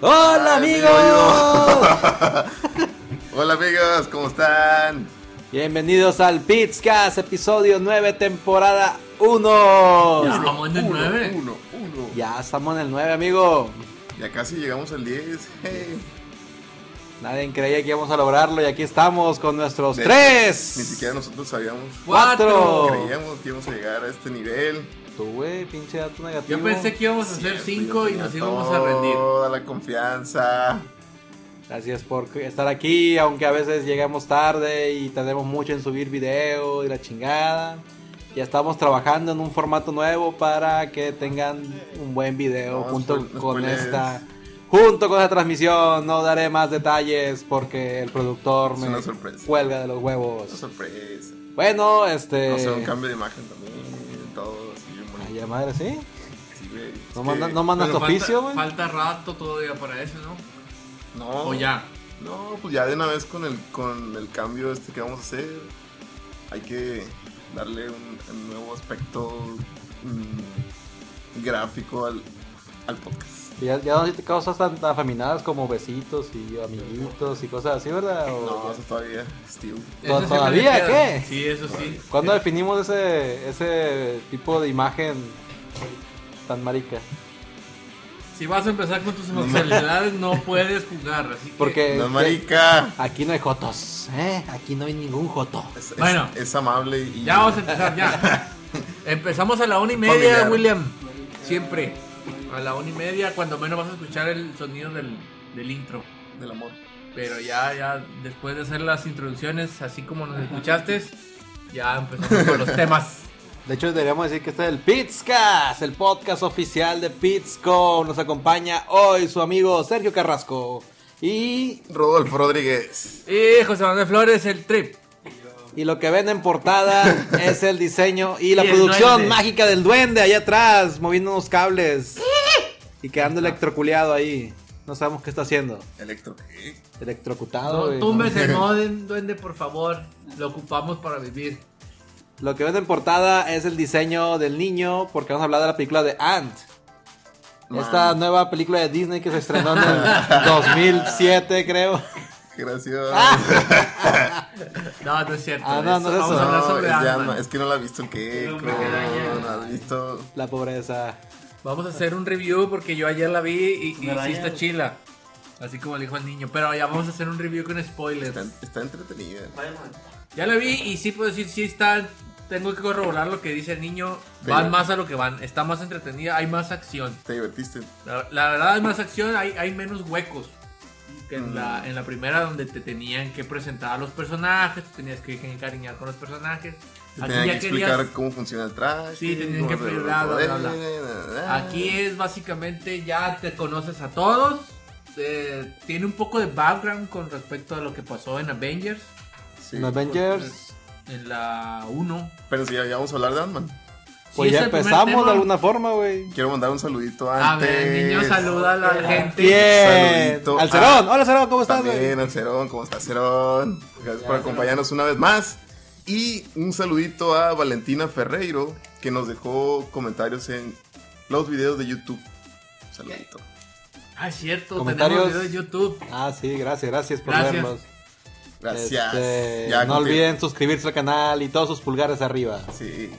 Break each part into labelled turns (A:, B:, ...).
A: Hola amigos.
B: Hola amigos, ¿cómo están?
A: Bienvenidos al Pizcast, episodio 9, temporada 1.
C: Ya vamos en el 9.
B: Uno, uno.
A: Ya estamos en el 9, amigo.
B: Ya casi llegamos al 10. Hey.
A: Nadie creía que íbamos a lograrlo y aquí estamos con nuestros
B: De- Ni
A: 3.
B: siquiera nosotros sabíamos,
C: Oh.
A: Cuatro.
B: creíamos que íbamos a llegar a este nivel.
A: Tú, güey, pinche dato negativo.
C: Yo pensé que íbamos a hacer
B: Cierto,
C: 5
B: yo
C: y
B: tenía
C: nos íbamos a rendir.
B: Toda la confianza.
A: Gracias por estar aquí, aunque a veces llegamos tarde y tardemos mucho en subir video y la chingada. Ya estamos trabajando en un formato nuevo para que tengan un buen video
B: No,
A: junto
B: spoil- no
A: con
B: spoilees.
A: esta junto con la transmisión. No daré más detalles porque el productor
B: Es
A: me
B: una sorpresa.
A: cuelga de los huevos.
B: Una sorpresa.
A: Bueno,
C: Eh.
A: este
B: Vamos a hacer un cambio de imagen también. Todo así bien bonito.
A: Ay, ya madre, sí.
B: Sí, güey, es
A: No
B: que-
A: mandas no mandas
C: Pero
A: tu oficio, güey. Ah.
C: Falta rato todavía para eso, ¿no?
B: No.
C: O ya.
B: No, pues ya de una vez con el, con el cambio este que vamos a hacer, hay que darle un, un nuevo aspecto mm, gráfico al, al podcast.
A: Ya, ya no hiciste cosas tan tan afeminadas como besitos y amiguitos y cosas así, ¿verdad? O
B: No,
A: ya-
B: eso todavía, Steve.
C: Eso siempre
A: ¿Todavía
C: le queda.
A: qué?
C: Sí, eso sí.
A: ¿Cuándo definimos ese, ese tipo de imagen tan marica?
C: Eh, Si vas a empezar con tus homosexualidades, no puedes jugar. Así que-
A: Porque
B: No, marica.
A: aquí no hay jotos, ¿eh? Aquí no hay ningún joto.
B: Es, es-
C: Bueno.
B: es amable y.
C: Ya vamos a empezar, ya. Empezamos a la una y media,
B: Familiar.
C: William. Siempre. A la una y media, cuando menos vas a escuchar el sonido del, del intro.
B: Del amor.
C: Pero ya, ya, después de hacer las introducciones, así como nos escuchaste, ya empezamos con los temas.
A: De hecho, deberíamos decir que este es el Pizcast, el podcast oficial de Pizco. Nos acompaña hoy su amigo Sergio Carrasco y,
B: Rodolfo Rodríguez.
C: Y Eh, José Manuel Flores, el trip.
A: y lo que ven en portada es el diseño y la
C: Y el
A: producción
C: duende.
A: mágica del duende allá atrás, moviendo unos cables y quedando electroculeado ahí. No sabemos qué está haciendo.
B: Electro. ¿qué?
A: Electrocutado.
C: No
A: Ah, güey,
C: tumbes
A: ¿no?
C: el modem, duende, por favor. Lo ocupamos para vivir.
A: Lo que ven en portada es el diseño del niño, porque vamos a hablar de la película de Ant.
B: Man.
A: Esta nueva película de Disney que se estrenó en el 2007, creo.
B: Gracias.
C: Ah, No, no es cierto.
A: Ah, no, no es
C: Vamos
A: eso.
C: a hablar
B: No,
C: sobre
B: es, ya
C: Ant-Man.
B: no, es que no la ha visto el que. No,
C: No, me eh. queda
B: no has visto.
A: La pobreza.
C: Vamos a hacer un review porque yo ayer la vi y, y
D: ¿Verdad,
C: sí está
D: ya?
C: chila. Así como le dijo el niño. Pero ya vamos a hacer un review con
B: Está,
C: spoilers.
B: está entretenida.
C: Ya la vi y sí puedo decir, sí está. Tengo que corroborar lo que dice el niño. Van
B: Sí.
C: más a lo que van. Está más entretenida, hay más acción.
B: Te divertiste.
C: La, la verdad hay más acción, hay, hay menos huecos. Que en,
A: Mm.
C: la, en la primera donde te tenían que presentar a los personajes, te tenías que encariñar con los personajes.
B: Te
C: Aquí
B: tenían que
C: ya
B: explicar
C: querías...
B: cómo funciona el traje.
C: Sí, tenían
B: cómo
C: que
B: se-
C: bla, bla, bla,
B: bla.
C: Aquí es básicamente ya te conoces a todos. eh, tiene un poco de background con respecto a lo que pasó en Avengers.
B: Sí.
A: En Avengers.
C: En la 1.
B: Pero si ya, ya vamos a hablar de Ant-Man.
A: Pues ya empezamos de alguna forma, güey.
B: Quiero mandar un saludito
C: A
B: antes.
C: ver, niño, saluda a la gente.
A: Bien.
B: Saludito
A: Al Cerón.
B: a-
A: Hola, Cerón, ¿cómo estás, güey?
B: También, Alcerón, ¿cómo estás, Cerón? Gracias por acompañarnos una vez más. Y un saludito a Valentina Ferreiro, que nos dejó comentarios en los videos de YouTube. Saludito.
C: Ah, es cierto,
A: Comentarios.
C: tenemos video de YouTube.
A: Ah, sí, gracias, gracias por
C: Gracias.
A: vernos.
B: Gracias.
A: Este,
B: Ya
A: no
B: contigo.
A: olviden suscribirse al canal y todos sus pulgares arriba.
B: Sí.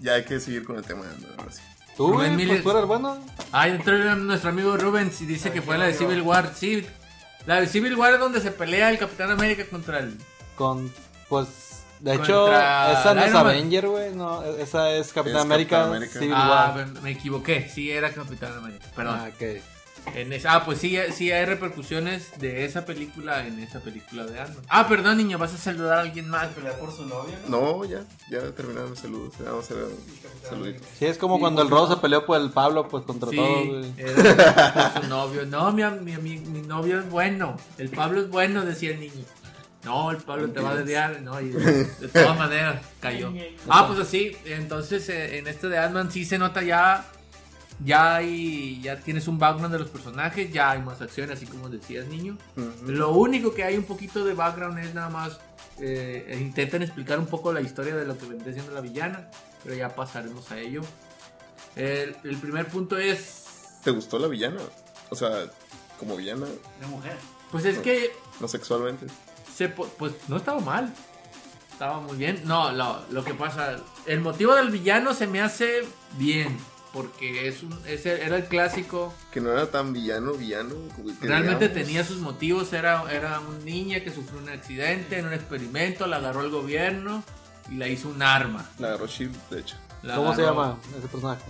B: Ya hay que seguir con el tema de Ant-Man, ahora sí.
A: ¿Tú,
C: Rubén
A: güey, pues,
C: Miles.
A: tú eres bueno?
C: Ah, entró nuestro amigo Rubens y dice que fue la de Civil War. Sí, la de Civil War es donde se pelea el Capitán América contra el.
A: Con, pues, de
C: Contra
A: hecho, esa no es
C: Iron Man.
A: Avenger, güey, no, e- esa es Capitán
B: Es
A: América,
B: Capitán América.
A: Civil
C: Ah,
A: War.
C: me- me equivoqué. Sí, era Capitán América. Perdón.
A: Ah, ok.
C: En esa- ah, pues sí, sí hay repercusiones de esa película en esa película de Ant-Man. Ah, perdón, niño, vas a saludar a alguien más.
D: pelear por su novia, ¿no?
B: No, ya, ya terminaron mis saludos. Ya Vamos a ver un saludito.
A: Sí, es como cuando el Rodo se peleó por el Pablo, pues, contra
C: pues, Sí,
A: todo, güey.
C: era por su novio. No, mi, mi, mi- mi novio es bueno. El Pablo es bueno, decía el niño. No, el Pablo te va a dediar. No, y de, de todas maneras cayó. Ah, pues así. Entonces, eh, en este de Ant-Man sí se nota ya. Ya, hay, ya tienes un background de los personajes, ya hay más acción, así como decías, niño.
B: Ujú.
C: Lo único que hay un poquito de background es nada más eh, intentan explicar un poco la historia de lo que vendría siendo la villana, pero ya pasaremos a ello. El, el primer punto es
B: ¿Te gustó la villana? O sea, como villana,
D: Una mujer.
C: Pues es que
B: no sexualmente.
C: se po- pues no estaba mal. Estaba muy bien. No, lo, lo que pasa, el motivo del villano se me hace bien. Porque es un, ese era el clásico.
B: Que no era tan villano, villano. como que
C: Realmente
B: digamos.
C: tenía sus motivos. Era, era una niña que sufrió un accidente en un experimento. La agarró el gobierno y la hizo un arma.
B: La agarró Shield, de hecho.
C: La
A: ¿Cómo se
C: agarró-
A: llama ese personaje?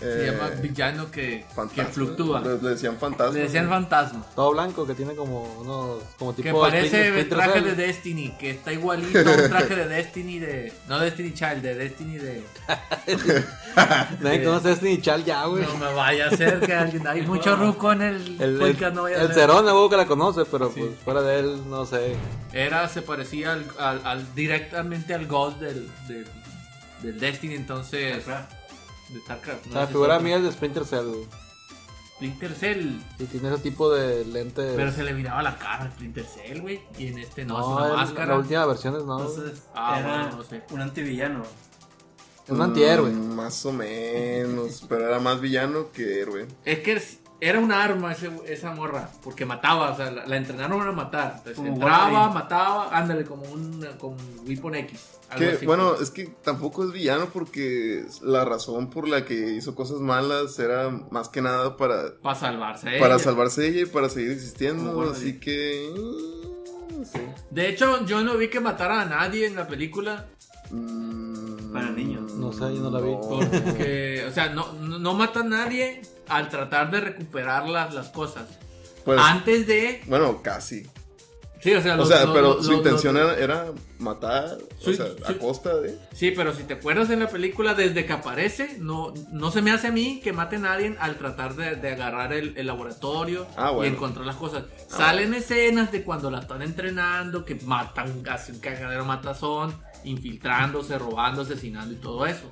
C: Se
B: Eh,
C: llama villano que, que
B: fantasma.
C: fluctúa.
B: Le, le decían fantasma.
C: Le decían fantasma.
A: Todo blanco que tiene como unos como tipo
C: Que parece
A: Splinter-
C: el
A: Splinter
C: traje
A: Cell.
C: de Destiny, que está igualito a un traje de Destiny de. No Destiny Child, de Destiny de.
A: Nadie conoce a Destiny Chal ya, güey.
C: No me vaya a hacer que alguien. Hay mucho ruco en el,
A: el
C: podcast,
A: el,
C: no vaya a
A: el
C: ser.
A: Cerón, la que la conoce, pero pues fuera de él, no sé.
C: Era, se parecía al, al- al- directamente al Ghost del, del, del Destiny, entonces. De StarCraft.
A: O
C: no
A: sea, la
C: sé
A: figura
C: si-
A: mía es de Splinter Cell, güey.
C: Splinter Cell.
A: Y tiene ese tipo de lentes.
C: Pero se le miraba la cara a Splinter Cell, güey. Y en este no,
A: no,
C: es
A: el-
C: una
A: la
C: máscara.
A: última versión es no.
D: Entonces,
C: Ah,
D: era
C: bueno, no sé.
D: un antivillano.
A: es un antihéroe.
B: Mm, Más o menos. Pero era más villano que héroe.
C: Es que es- era una arma ese- esa morra, porque mataba, o sea, la, la entrenaron para matar. Entonces,
D: Como
C: entraba,
D: Wolverine.
C: mataba, ándale, como un con Weapon X. algo
B: Que,
C: así. pues,
B: bueno, es que tampoco es villano porque la razón por la que hizo cosas malas era más que nada para,
C: Para salvarse.
B: para
C: ella.
B: salvarse ella y para seguir existiendo.
D: Como Wolverine.
B: así que. mm, no sé.
C: De hecho, yo no vi que matara a nadie en la película,
B: Mm,
D: Para niños.
A: No sé, yo no la vi.
B: Oh.
C: porque, o sea, no, no, no mata a nadie al tratar de recuperar las, las cosas.
B: Pues,
C: Antes de...
B: Bueno, casi.
C: Sí, o sea,
B: O
C: Ah. los-
B: sea,
C: los-
B: pero
C: los-
B: su
C: los-
B: intención
C: los-
B: era, era matar o
C: Sí,
B: sea,
C: sí.
B: a costa de.
C: Sí, pero si te acuerdas en la película, desde que aparece, no, no se me hace a mí que mate a nadie al tratar de, de agarrar el, el laboratorio
B: Ah, bueno.
C: y encontrar las cosas. Salen escenas de cuando la están entrenando, que matan, hacen un cagadero matazón, infiltrándose, robando, asesinando y todo eso.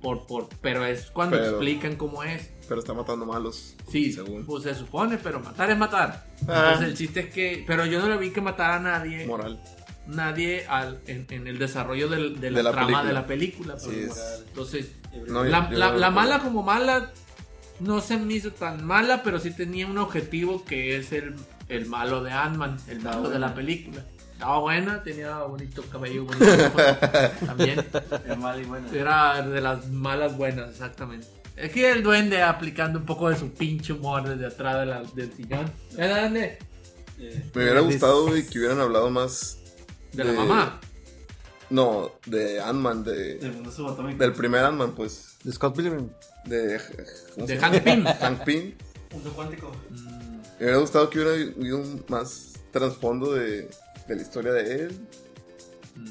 C: Por, por, pero es cuando
B: Pero-
C: explican cómo es.
B: Pero está matando malos.
C: Sí,
B: según.
C: pues se supone, pero matar es matar.
B: Ah.
C: Entonces el chiste es que, pero yo no le vi que matara a nadie
B: Moral.
C: nadie al- en, en el desarrollo del- de la,
B: De la
C: trama
B: película.
C: de la película. pues.
B: Sí, es-
C: Entonces,
B: No, yo-
C: la,
B: yo
C: la-
B: no
C: la
B: lo
C: mala como mala no se me hizo tan mala, pero sí tenía un objetivo que es el, el malo de Ant-Man, el malo de la película. Estaba buena, tenía bonito cabello, bonito ojos, también.
D: Es mal y bueno.
C: Era de las malas buenas, exactamente. Es que el duende aplicando un poco de su pinche humor desde atrás de la- del sillón. ¿Era duende?
D: Eh,
B: Me hubiera gustado güey, que hubieran hablado más.
C: De la mamá.
B: No, de Ant-Man, de,
D: del mundo subatómico.
B: del primer Ant-Man, pues.
A: De Scott Pilgrim.
B: De, ¿cómo se
C: De
B: llama?
C: Hank Pym.
B: Hank Pym.
D: Mundo cuántico.
C: Mm.
B: Me hubiera gustado que hubiera habido un más trasfondo de, de la historia de él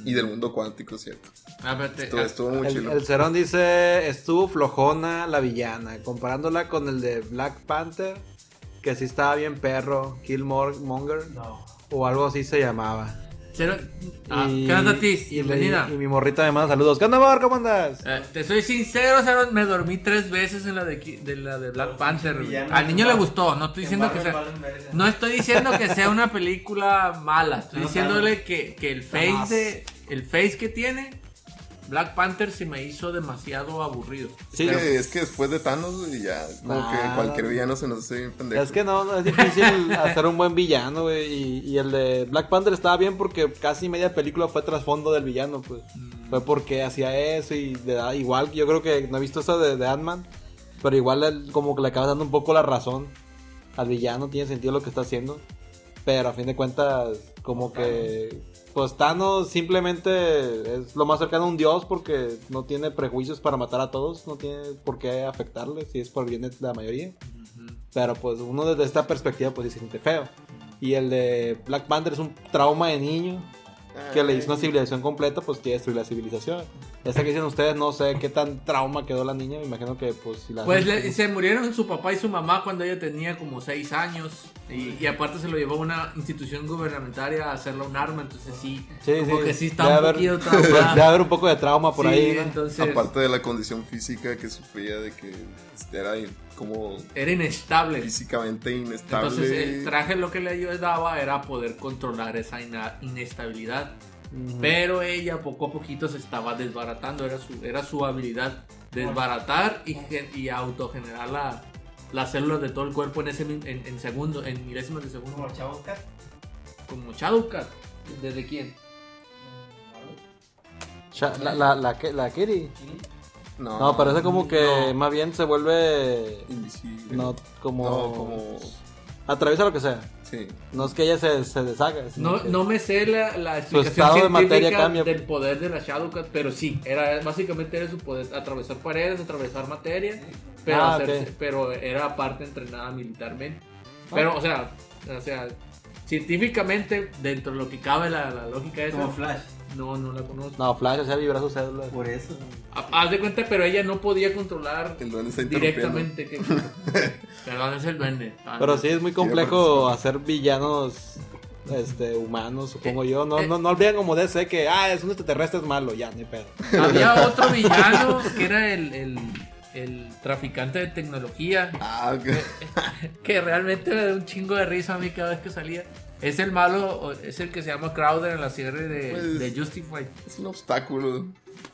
B: y del mundo cuántico, ¿cierto?
C: Ah, espérate,
B: Estuvo, estuvo muy
A: El,
B: chido.
A: el Cerón dice, estuvo flojona la villana, comparándola con el de Black Panther, que sí estaba bien perro, Killmonger,
D: No.
A: o algo así se llamaba.
C: Cero- Ah, ¿Qué onda, Tis?
A: y le-
C: Bienvenida.
A: y mi morrita me manda saludos. ¿Qué onda, amor? ¿Cómo andas?
C: Eh, te soy sincero, Cero, me dormí tres veces en la de, Ki- de la de Black Panther. güey.
D: Villano.
C: Al niño le gustó, no estoy diciendo que sea... No estoy diciendo que sea una película mala, estoy
D: No,
C: diciéndole que, que el
A: Jamás.
C: face de, el face que tiene Black Panther se me hizo demasiado aburrido.
A: Sí,
B: Es que- es que después de Thanos, güey, ya, como
A: Nada.
B: que cualquier villano se nos hace bien pendejo.
A: Es que no, no, es difícil hacer un buen villano, güey. Y, y el de Black Panther estaba bien porque casi media película fue trasfondo del villano, pues. Fue porque hacía eso y le da igual. Yo creo que no he visto esa de, de Ant-Man, pero igual el- como que le acabas dando un poco la razón al villano. Tiene sentido lo que está haciendo. Pero a fin de cuentas, como que. Pues Thanos simplemente es lo más cercano a un dios porque no tiene prejuicios para matar a todos, no tiene por qué afectarles si es por bien de la mayoría. Pero pues uno desde esta perspectiva pues sí se siente feo. Y el de Black Panther es un trauma de niño que le hizo una civilización completa, pues quiere destruir la civilización. Esa que dicen ustedes, no sé qué tan trauma quedó la niña, me imagino que pues si la...
C: Pues le- se murieron su papá y su mamá cuando ella tenía como 6 años. Y, y aparte se lo llevó a una institución gubernamental a hacerla un arma. Entonces sí,
A: Sí,
C: como
A: sí,
C: que sí
A: debe
C: está un
A: haber-
C: poquito
A: Debe
C: traumada.
A: haber un poco de trauma por
C: Sí,
A: ahí. ¿no?
C: entonces
B: Ah, Aparte de la condición física que sufría, de que este, era como
C: era inestable.
B: físicamente inestable.
C: Entonces eh, el traje lo que le ayudaba era poder controlar esa ina- inestabilidad.
A: Ujú.
C: Pero ella poco a poquito se estaba desbaratando. Era su, era su habilidad desbaratar y, gen- y autogenerar la, las células de todo el cuerpo en ese mi- en, en segundo, en milésimas de segundo.
D: Como Chavosca.
C: Como Shadowcat. ¿Desde quién?
A: Sha- La, la, la, que- la Kiri.
B: No,
A: No, pero esa como que
C: No.
A: más bien se vuelve.
B: Invisible.
A: No, como.
B: No, como.
A: Atraviesa lo que sea.
B: Sí.
A: No es que ella se, se deshaga. sino
C: No,
A: que-
C: no me sé la, la
A: Su
C: explicación
A: estado de
C: científica
A: materia cambia.
C: del poder de la Shadowcat, pero sí, era básicamente era su poder atravesar paredes, atravesar materia, pero,
A: Ah,
C: hacerse-
A: ok. Ah.
C: pero era parte entrenada militarmente. Pero, o sea, o sea, científicamente, dentro de lo que cabe la, la lógica esa,
D: Como Flash.
C: no, no la conozco.
A: No, Flash, o sea, vibra sus células.
D: Por eso.
C: Ha- Haz de cuenta, pero ella no podía controlar
B: El duende está interrumpiendo.
C: directamente. Que... Perdón, es el duende. Ah,
A: Pero
C: no.
A: sí es muy complejo hacer villanos este humanos, supongo yo. No,
C: Eh.
A: no, no olviden como DC que ah, es un extraterrestre es malo, ya ni pedo.
C: Había otro villano que era el, el, el traficante de tecnología.
B: Ah, ok.
C: que realmente me da un chingo de risa a mí cada vez que salía. Es el malo, o- es el que se llama Crowder en la serie de,
B: Pues-
C: de Justified.
B: Es un obstáculo.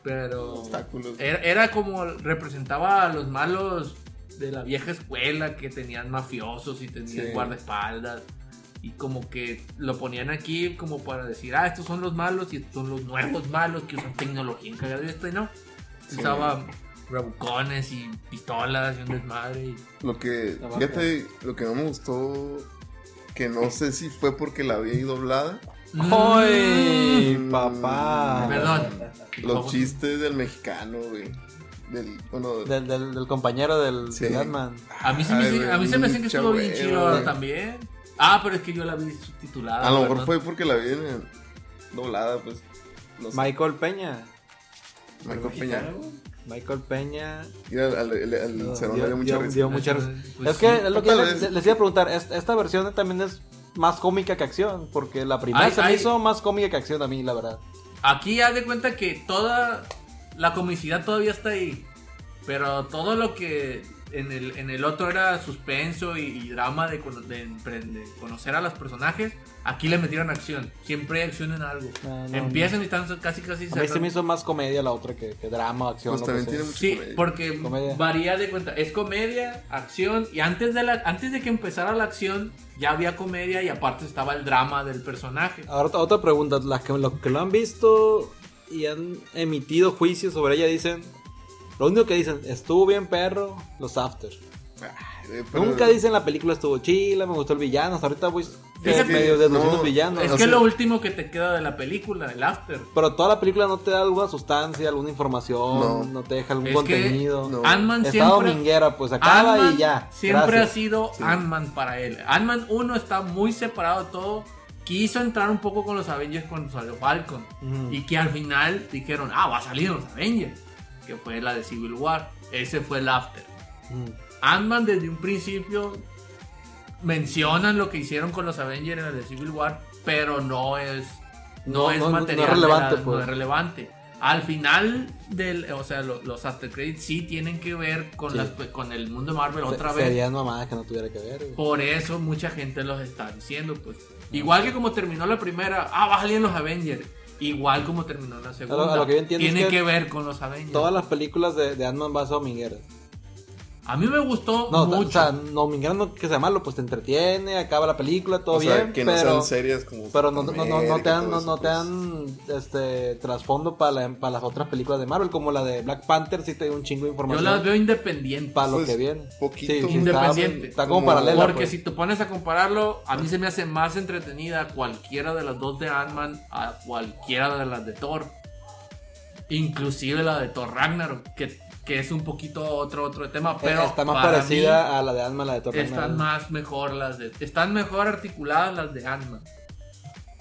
C: Pero
B: Obstáculos.
C: era, era como representaba a los malos de la vieja escuela que tenían mafiosos y tenían
B: Sí.
C: guardaespaldas. Y como que lo ponían aquí como para decir, ah, estos son los malos y estos son los nuevos malos que usan tecnología en de esto y no.
B: Sí.
C: Usaba rabucones y pistolas y un desmadre. y-
B: Lo que,
A: La
B: fíjate, lo que no me gustó, que no sé si fue porque la vi doblada.
A: ¡Ay,
B: Mm.
A: papá!
C: Mm. Perdón.
B: Los
C: Vamos.
B: chistes del mexicano, güey. Del, bueno,
A: Del, del, del compañero del
B: Sí.
A: del Batman.
C: A mí se me,
B: Ay,
C: hace- a mí
B: güey,
C: se me hace que
B: mucha
C: estuvo bien
B: hueva,
C: chido
B: güey.
C: también. Ah, pero es que yo la vi subtitulada.
A: Ah,
B: a lo
C: ¿no?
B: mejor fue porque la vi en- doblada, pues. No sé.
A: Michael Peña.
B: Michael Peña.
A: Michael Peña.
B: Y al, al, al- al
A: No,
B: Cerón
A: dio-
B: le dio mucha
A: dio-
B: risa.
A: dio mucha risa.
C: Pues
A: es
C: sí.
A: que es lo que
B: Tal
A: les,
B: vez.
A: les iba a preguntar, es- esta versión también es más cómica que acción, porque la primera
C: Ay,
A: se me
C: ay.
A: hizo más cómica que acción a mí, la verdad.
C: Aquí haz de cuenta que toda la comicidad todavía está ahí. Pero todo lo que en el, en el otro era suspenso y, y drama de, cono- de empre- de conocer a los personajes, aquí le metieron acción. Siempre hay acción en algo.
A: No, no,
C: Empiezan y están casi casi
A: A mí se
C: cerrando.
A: me hizo más comedia la otra que, que drama, acción.
B: Pues
A: lo que
B: también
A: sea.
B: tiene mucho
C: Sí,
B: comedia.
C: porque
A: Comedia.
C: varía de cuenta. Es comedia, acción. Y antes de, la, antes de que empezara la acción, ya había comedia y aparte estaba el drama del personaje.
A: Ahora ot- otra pregunta, las que, los que lo han visto y han emitido juicios sobre ella dicen, lo único que dicen, estuvo bien perro, los after.
B: Ay, güey, pero-
A: Nunca dicen la película estuvo chila, me gustó el villano, hasta ahorita voy
C: Fíjate,
A: medio de
B: no,
A: 200 villanos.
C: es
B: no
C: que
B: sé.
C: es lo último que te queda de la película, el after.
A: Pero toda la película no te da alguna sustancia, alguna información, no,
B: No.
A: te deja algún
C: Es que
A: contenido.
B: no.
C: Ant-Man
A: Está
C: siempre,
A: dominguera, pues acaba
C: Ant-Man
A: y ya.
C: siempre ha
A: gracias.
C: sido Ant-Man para él. Ant-Man 1 está muy separado de todo. Quiso entrar un poco con los Avengers cuando salió Falcon.
A: Ujú.
C: Y que al final dijeron, ah, va a salir en los Avengers. Que fue la de Civil War. Ese fue el after.
A: Mm.
C: Ant-Man desde un principio mencionan lo que hicieron con los Avengers en el de Civil War, pero no es no,
A: No,
C: es
A: no, no, no es
C: material de
A: relevante,
C: la- no
A: pues.
C: es relevante. Al final del, o sea, lo- los after credits sí tienen que ver con
A: Sí.
C: las con el mundo Marvel
A: Mm. Se-
C: otra vez.
A: Serían mamadas que no tuviera que ver. güey.
C: Por eso mucha gente los está diciendo, pues.
A: Ah,
C: Igual que como terminó la primera, ah, va a salir en los Avengers. Igual como terminó la segunda.
A: a lo que yo entiendo
C: tiene
A: es que
C: que, ver con los Avengers.
A: Todas las películas de, de Ant-Man van a ser domingueras.
C: A mí me gustó
A: No,
C: mucho.
A: o sea, no, dominguera no que sea malo, pues te entretiene, acaba la película, todo
B: O sea,
A: bien,
B: que no
A: pero...
B: sean serias como.
A: pero no, no, no, no- no te dan, no,
B: América, pues,
A: no te
B: todo
A: dan este trasfondo para, la- para las otras películas de Marvel, como la de Black Panther, sí te dio un chingo de
C: yo
A: información
C: las veo independientes.
A: para lo
B: Pues,
A: que viene.
B: poquito,
A: Sí, sí, está-
C: Independiente.
A: Está, como
B: Como-
A: paralela.
C: Porque
A: pues.
C: si te pones a compararlo, a mí se me hace más entretenida cualquiera de las dos de Ant-Man a cualquiera de las de Thor. Inclusive la de Thor Ragnarok, que, que es un poquito otro, otro tema, pero
A: Eh, está más
C: para
A: parecida a la de Ant-Man, la de
C: mí
A: Thor Ragnarok.
C: están más mejor las de... Están mejor articuladas las de Ant-Man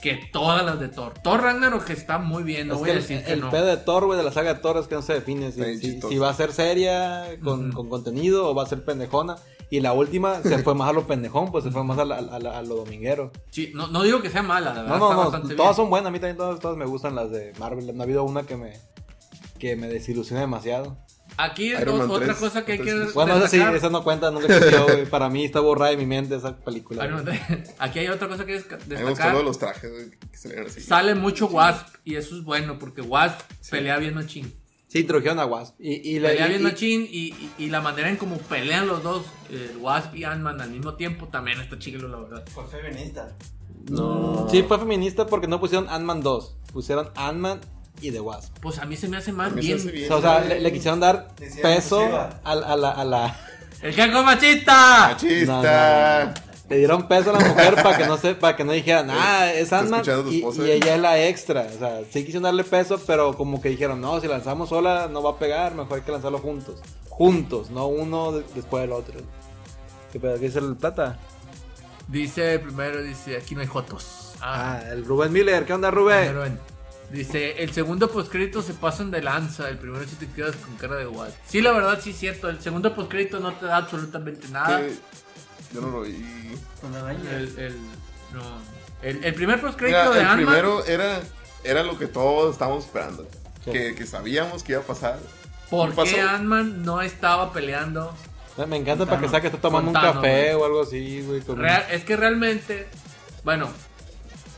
C: que todas las de Thor. Thor Ragnarok está muy bien, no
A: Es
C: voy
A: que
C: a
A: el,
C: decir que
A: el
C: no.
A: pedo de Thor, güey, de la saga de Thor es que no se define
B: Está
A: si,
B: bien
A: si-
B: chistoso.
A: si va a ser seria, con,
C: Ujú.
A: con contenido, o va a ser pendejona. Y la última se fue más a lo pendejón, pues se fue más a, la- a la- a lo dominguero.
C: Sí, no, no digo que sea mala, la verdad.
A: No, no,
C: Ah, está
A: no,
C: bastante
A: todas
C: bien.
A: son buenas, a mí también todas, todas me gustan las de Marvel. No ha habido una que me, que me desilusiona demasiado.
C: Aquí es
B: Iron Man
C: otra
B: 3,
C: cosa que hay que
B: entonces-
A: Bueno, esa sí,
C: destacar.
A: esa no cuenta, nunca existió, güey. Para mí está borrada de mi mente esa película.
C: Ay, Ah, no,
A: güey.
C: Aquí hay otra cosa que desca-
B: A mí me gustó lo de
C: destacar.
B: los trajes, güey, que salieron así.
C: Sale mucho Wasp y eso es bueno porque Wasp pelea bien machín.
A: Sí, introdujeron a Wasp. Y, y le-
C: Pelea
A: y-
C: bien
A: y-
C: machín y, y- y la manera en como pelean los dos, el Wasp y Ant-Man al mismo tiempo, también está chiquilo, la verdad.
D: Fue feminista.
B: No.
A: Sí, fue feminista porque no pusieron Ant-Man 2. Pusieron Ant-Man y The Wasp.
C: Pues a mí se me hace más
B: A mí se
C: bien.
B: hace
A: O
B: bien.
A: sea, o sea, le, le quisieron dar
D: Le hicieron
A: peso
D: inclusiva.
A: a, la- a la, a la-
C: ¡El caco machista!
B: Machista.
A: Le dieron peso a la mujer para que no se, para que no dijeran, ah, es Ant-Man
B: Eh, escuchando tu
A: y,
B: esposa. eh?
A: y ella es la extra. O sea, sí quisieron darle peso, pero como que dijeron, no, si lanzamos sola no va a pegar, mejor hay que lanzarlo juntos. Juntos, no uno de- después del otro. ¿Qué pedo? ¿Qué dice el plata?
C: Dice primero, dice, aquí no hay Jotos. Ah,
A: Ah, el Rubén Miller, ¿qué onda Rubén?
C: primero en- Dice, el segundo postcrédito se pasan de lanza, el primero si te quedas con cara de Wasp. Sí, la verdad, sí es cierto, el segundo postcrédito no te da absolutamente
A: Ah.
C: nada.
B: Que- Yo no lo vi.
D: Con araña.
C: El, el, no. el, el primer
B: Mira,
C: postcrédito de
B: el
C: Ant-Man.
B: primero era, era lo que todos estábamos esperando.
A: ¿Qué?
B: Que, que sabíamos que iba a pasar.
C: ¿Por
B: pasó?
C: qué Ant-Man no estaba peleando?
A: Me encanta para que sea que está tomando
C: Contano,
A: un café
C: güey.
A: o algo así, güey. con-
C: Real- es que realmente, bueno,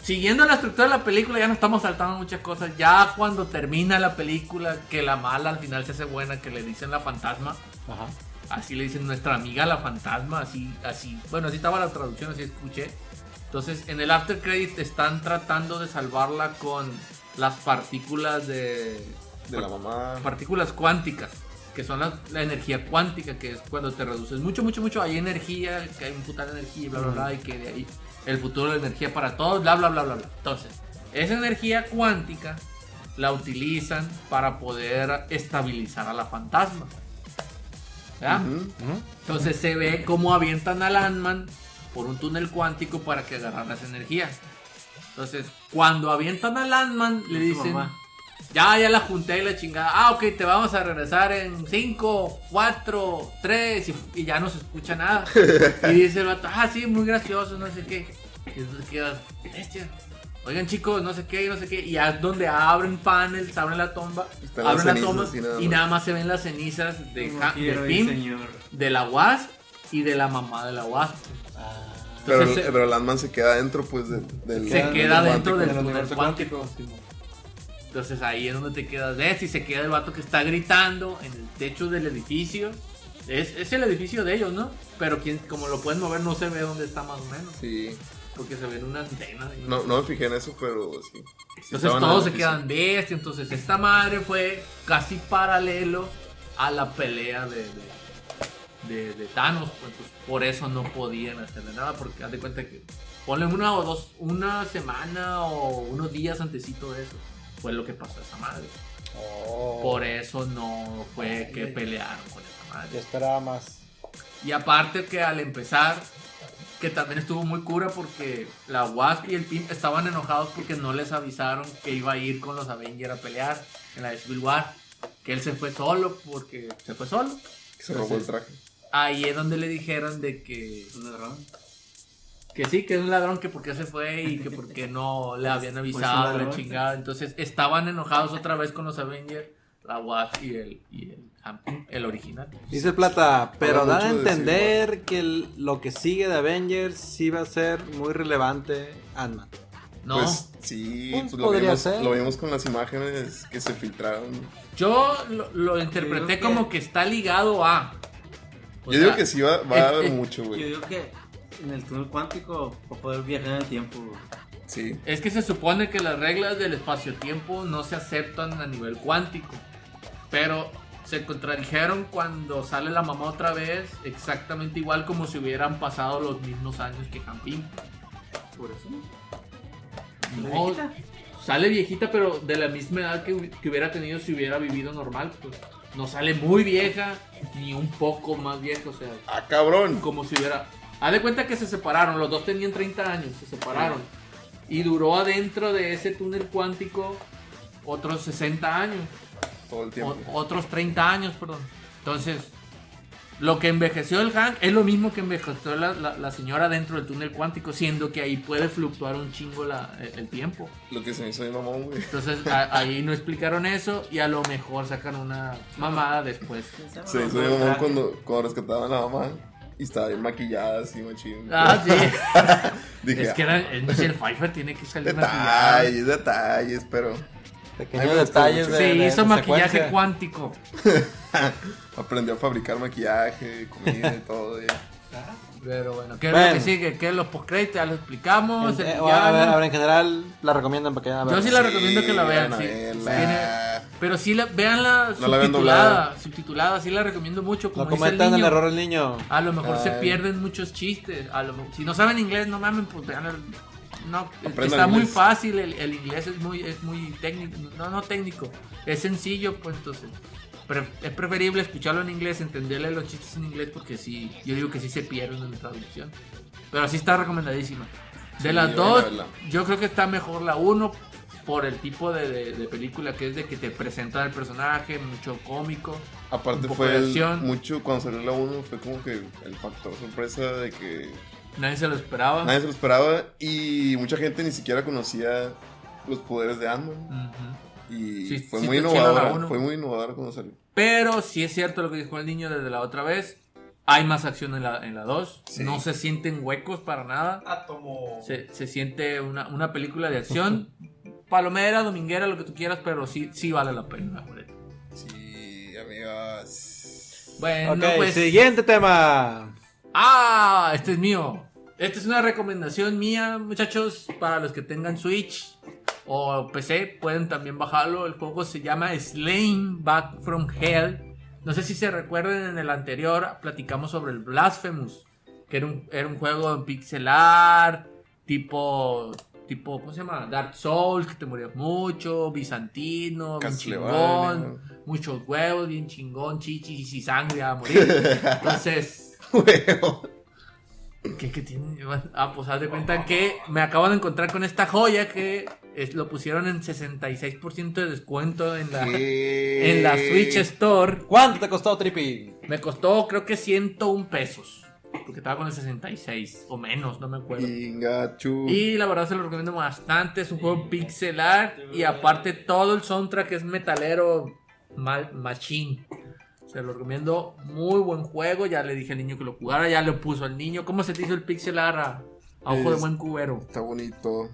C: siguiendo la estructura de la película ya nos estamos saltando muchas cosas. Ya cuando termina la película, que la mala al final se hace buena, que le dicen la fantasma,
A: Ajá.
C: así le dicen nuestra amiga la fantasma, así, así. Bueno, así estaba la traducción, así escuché. Entonces, en el after credit están tratando de salvarla con las partículas de
B: De la mamá.
C: partículas cuánticas, que son la, la energía cuántica, que es cuando te reduces mucho, mucho, mucho. Hay energía, que hay un putal de energía, y bla, bla, bla, y que de ahí el futuro de la energía para todos, bla, bla, bla, bla, bla. Entonces, esa energía cuántica la utilizan para poder estabilizar a la fantasma. ¿Verdad?
B: Ujú.
A: Ujú.
C: Entonces se ve cómo avientan al Ant-Man por un túnel cuántico para que agarrara esa energía. Entonces, cuando avientan al Ant-Man, le
D: Y su
C: dicen:
D: mamá.
C: Ya, ya la junté y la chingada. Ah, ok, te vamos a regresar en 5, 4, 3. Y ya no se escucha nada. Y dice el vato: Ah, sí, muy gracioso, no sé qué. Y entonces quedas, bestia. Oigan, chicos, no sé qué, no sé qué. Y ya es donde abren panels, abren la tumba,
B: Están las
C: abren la
B: cenizas
C: tumba.
B: y nada
C: Y
B: más.
C: nada más se ven las cenizas de,
D: No
C: Ha-
D: quiero
C: de
D: ir,
C: Pym
D: señor.
C: de la Wasp y de la mamá de la Wasp.
B: Pero,
C: Entonces, se-
B: pero el Ant-Man se queda dentro, pues, de- del.
C: Se
B: del
C: queda
B: romántico.
C: dentro del
A: del
C: túnel
A: universo
C: cuántico.
A: cuántico, Simón.
C: Entonces ahí es donde te quedas. ¿Ves? Y se queda el vato que está gritando en el techo del edificio. Es, es el edificio de ellos, ¿no? Pero quien, como lo puedes mover, no se ve dónde está más o menos.
B: Sí.
C: Porque se ve en una antena. y-
B: No, no me fijé en eso, pero sí. Sí
C: Entonces
B: estaban
C: todos
B: en
C: se
B: el
C: quedan bestia. Entonces esta madre fue casi paralelo a la pelea de, de- de- de Thanos. pues, pues, por eso no podían hacerle nada. Porque haz de cuenta que ponle una o dos, una semana o unos días antesito de eso. Fue lo que pasó a esa madre. Por eso no fue que pelearon con esa
A: Yo
C: madre.
A: esperaba más.
C: Y aparte que al empezar, que también estuvo muy cura porque la Wasp y el Pym estaban enojados porque no les avisaron que iba a ir con los Avengers a pelear en la de Civil War. Que él se fue solo porque se fue solo.
B: edificio. Se robó el traje.
C: Ahí es donde le dijeron de que,
D: Es un ladrón.
C: que sí, que es un ladrón, que por qué se fue y que por qué no le habían
D: Pues,
C: avisado
D: un
C: la
D: ladrón.
C: chingada. Entonces estaban enojados otra vez con los Avengers, la Wasp y el, y el, el original.
A: Dice el Plata, pero
B: Habla
A: da a
B: mucho de
A: entender que el- lo que sigue de Avengers sí va a ser muy relevante Ant-Man.
C: No.
B: Pues, sí,
A: Pues,
B: pues, lo,
A: podría
B: vimos,
A: ser.
B: lo vimos con las imágenes que se filtraron.
C: Yo lo, lo interpreté
D: Yo creo que-
C: como que está ligado a. O
B: Yo
C: sea,
B: digo que sí va, va a
C: es-
B: haber
C: es-
B: mucho,
D: Yo
B: güey.
D: digo que en el túnel cuántico para poder viajar en el tiempo. güey.
B: Sí.
C: Es que se supone que las reglas del espacio-tiempo no se aceptan a nivel cuántico. Pero se contradijeron cuando sale la mamá otra vez, exactamente igual como si hubieran pasado los mismos años que Campín.
D: Por eso.
C: No,
D: ¿Viejita?
C: Sale viejita, pero de la misma edad que, hu- que hubiera tenido si hubiera vivido normal. Pues no sale muy vieja, ni un poco más vieja, o sea.
B: ¡Ah, cabrón!
C: como si hubiera. Haz de cuenta que se separaron, los dos tenían 30 años, se separaron. Y duró adentro de ese túnel cuántico otros 60 años,
B: Todo el tiempo.
C: o- otros 30 años, perdón. Entonces, lo que envejeció el Hank es lo mismo que envejeció la, la- la señora dentro del túnel cuántico, siendo que ahí puede fluctuar un chingo la- e, el- el tiempo.
B: Lo que se me hizo mi mamón, güey.
C: Entonces, a- ahí no explicaron eso y a lo mejor sacan una mamada después.
B: Se me hizo mi mamón cuando, cuando rescataban a la mamá. Y estaba bien maquillada, así, machín.
C: Ah, sí.
B: Dije, ah.
C: es que era, es Michelle Pfeiffer tiene que salir maquillada.
B: detalles, detalles, pero...
A: Pequeños
B: Ahí me gustó
A: detalles
B: mucho.
A: de-
C: Se
A: de-
C: hizo
A: de
C: maquillaje
A: secuencia.
C: cuántico.
B: Aprendió a fabricar maquillaje, comida y todo. ya.
C: Pero bueno, ¿qué es
A: Bueno.
C: lo que sigue? ¿Qué es los postcréditos? Ya lo explicamos.
A: Eh,
C: el
A: o a, ver,
C: villano.
A: a ver, en general la recomiendan para que vayan a
C: Yo sí
A: verla.
C: la recomiendo que la vean. sí.
B: novela.
C: Tiene- pero sí, la, veanla
B: No la vean
C: subtitulada.
B: doblada.
C: subtitulada, sí la recomiendo mucho. Como
A: No
C: dice el,
A: cometan el,
C: niño.
A: error del niño.
C: A lo mejor se
B: Ay.
C: pierden muchos chistes. A lo- si no saben inglés, no mamen, pues vean el- No,
B: Aprendan
C: está muy
B: inglés.
C: fácil, el, el inglés es muy, es muy técnico, no, no técnico, es sencillo, pues entonces pre- es preferible escucharlo en inglés, entenderle los chistes en inglés, porque sí, yo digo que sí se pierden en la traducción, pero sí está recomendadísima. De
B: Sí,
C: las
B: yo
C: dos,
B: voy a verla.
C: yo creo que está mejor la uno por el tipo de, de- de película que es de que te presentan el personaje, mucho cómico. un
B: Aparte
C: poco
B: fue
C: de
B: el-
C: acción.
B: mucho cuando salió la 1 fue como que el factor sorpresa de que
C: Nadie se lo esperaba.
B: nadie se lo esperaba y mucha gente ni siquiera conocía los poderes de Ant-Man
C: Ujú.
B: y
C: Sí,
B: fue
C: sí
B: muy
C: te chila la
B: innovadora,
C: uno.
B: fue muy innovadora cuando salió.
C: Pero si es cierto lo que dijo el niño desde la otra vez. Hay más acción en la, en la 2.
B: Sí.
C: No se sienten huecos para nada.
E: Átomo.
C: Se, se siente una, una película de acción. Palomera, dominguera, lo que tú quieras, pero sí, sí vale la pena. güey.
B: Sí,
C: Ah,
B: amigos.
C: Bueno,
A: ok,
C: pues.
A: siguiente tema.
C: ¡Ah! Este es mío. Esta es una recomendación mía, muchachos, para los que tengan Switch o PC, pueden también bajarlo. El juego se llama Slain Back from Hell. No sé si se recuerden, en el anterior platicamos sobre el Blasphemous, que era un, era un juego en pixel art, tipo, tipo, ¿cómo se llama? Dark Souls, que te morías mucho, bizantino, bien
B: Castlevania.
C: chingón, muchos huevos, bien chingón, chichis y sangre a morir. Entonces...
B: Huevo.
C: ¿Qué, qué tiene? Ah, pues haz de cuenta que me acabo de encontrar con esta joya que es- lo pusieron en 66% de descuento en la, en la Switch Store.
A: ¿Cuánto te costó Trippy?
C: Me costó creo que 101 pesos. Porque estaba con el 66 o menos, no me acuerdo.
B: Ingachu.
C: Y la verdad se lo recomiendo bastante. Es un juego pixel art. Y aparte todo el soundtrack es metalero mal machín. Se lo recomiendo. Muy buen juego. Ya le dije al niño que lo jugara. Ya lo puso al niño. ¿Cómo se te hizo el pixel art a, a ojo de
B: Es-
C: buen cubero?
B: Está bonito.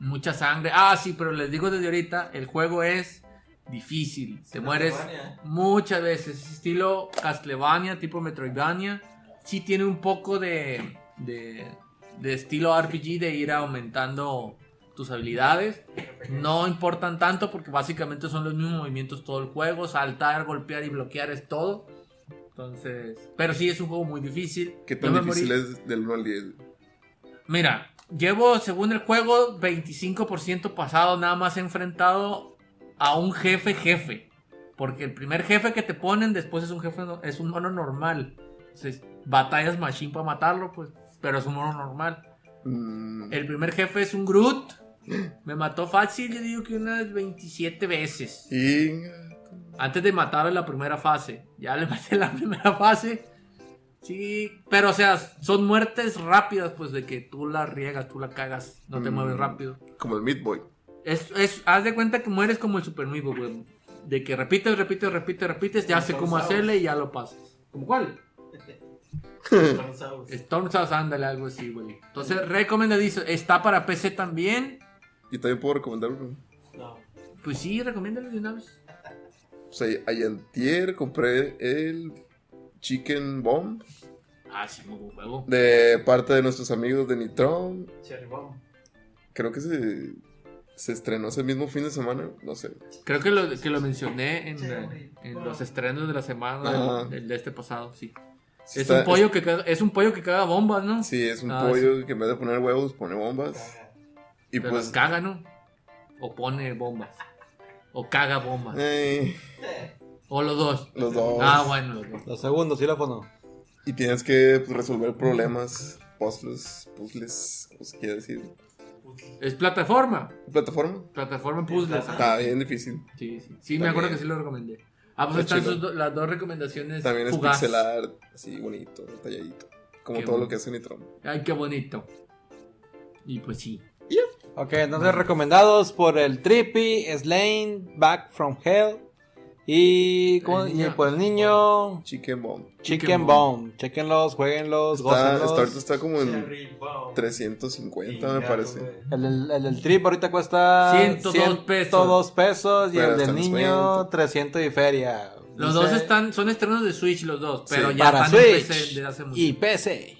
C: Mucha sangre. Ah, sí, pero les digo desde ahorita. El juego es difícil. Te mueres
E: Castlevania.
C: muchas veces. Es Estilo Castlevania, tipo Metroidvania. Sí tiene un poco de, de, de estilo RPG de ir aumentando tus habilidades. No importan tanto porque básicamente son los mismos movimientos todo el juego. Saltar, golpear y bloquear es todo. Entonces, pero sí es un juego muy difícil.
B: ¿Qué
C: Yo
B: tan
C: me morí-
B: difícil es del 1 al 10?
C: Mira, llevo, según el juego, 25% pasado, nada más he enfrentado a un jefe jefe. Porque el primer jefe que te ponen después es un jefe, no- es un mono normal. Entonces, batallas machine para matarlo, pues, pero es un mono normal.
B: Mm,
C: El primer jefe es un Groot. Me mató fácil, yo digo que unas 27 veces.
B: Inga-
C: Antes de matarlo en la primera fase. Ya le maté en la primera fase. Sí, pero o sea, son muertes rápidas, pues de que tú la riegas, tú la cagas, no te
B: Mm.
C: mueves rápido.
B: Como el Meat Boy.
C: Es, es, haz de cuenta que mueres como el Super Meat Boy, güey. De que repites, repites, repites, repites, ya sé cómo hacerle y ya lo pasas. ¿Cómo cuál?
E: Bronzaos.
C: Storm Souls, ándale, algo así, güey. Entonces, recomendadizo. Está para PC también.
B: Y también puedo recomendar uno.
E: No.
C: Pues sí, recomiéndalo de una vez.
B: O sea, ayer antier compré el Chicken Bomb
C: Ah, sí, muy buen juego.
B: de parte de nuestros amigos de Nitron.
E: Cherry Bomb.
B: Creo que se, se estrenó ese mismo fin de semana, no sé.
C: Creo que lo, que lo mencioné en,
E: Sí,
C: eh,
E: güey.
C: en los estrenos de la semana
B: Ajá.
C: del- del de este pasado, sí.
B: Sí
C: Es
B: está-
C: un pollo que caga, es un pollo que caga bombas, ¿no?
B: es- sí, es un
C: Ah,
B: pollo que en vez de poner huevos pone bombas.
E: Caga.
B: Y
C: Pero
B: pues...
C: caga, ¿no? O pone bombas. O caga bombas.
B: eh,
E: Eh,
C: O los dos.
B: los dos.
C: Ah, bueno, los dos.
A: Los segundos, xilófono.
B: Y tienes que pues, resolver problemas, puzzles, puzzles, como se quiere decir.
E: puzzle.
C: Es plataforma.
B: Plataforma.
C: Plataforma en puzzles.
E: Ajá.
C: ah.
B: Está bien difícil.
C: Sí, sí. Sí, me acuerdo que sí lo recomendé. Ah, pues
B: Está
C: están
B: chido.
C: sus do- las dos recomendaciones.
B: También es
C: fugaz.
B: pixel art, así bonito, detalladito. Como
C: Qué
B: todo
C: bueno.
B: lo que hace Nitron.
C: Ay, qué bonito. Y pues sí.
A: Ok, entonces recomendados por el Trippy, Slain, Back from Hell. Y, ¿cómo?
C: El
A: y
C: niño.
A: por el niño,
B: Chicken Bomb.
A: Chicken,
C: Chicken
A: Bone. Chequenlos, jueguenlos,
B: Está, está, ahorita
A: gócenlos.
B: está como en
D: Cherry Bomb.
B: 350, me
D: Chingazo,
B: parece.
D: güey.
A: El, el, el del trip ahorita cuesta
C: 102
A: 102 pesos y
B: Pero
A: el
B: está
A: del
B: en
A: niño
B: descuento.
A: 300 y feria.
C: Los
A: Dice,
C: dos están, son estrenos de Switch los dos, pero ya
A: para
C: están en
A: Switch
C: PC desde hace mucho.
A: y PC.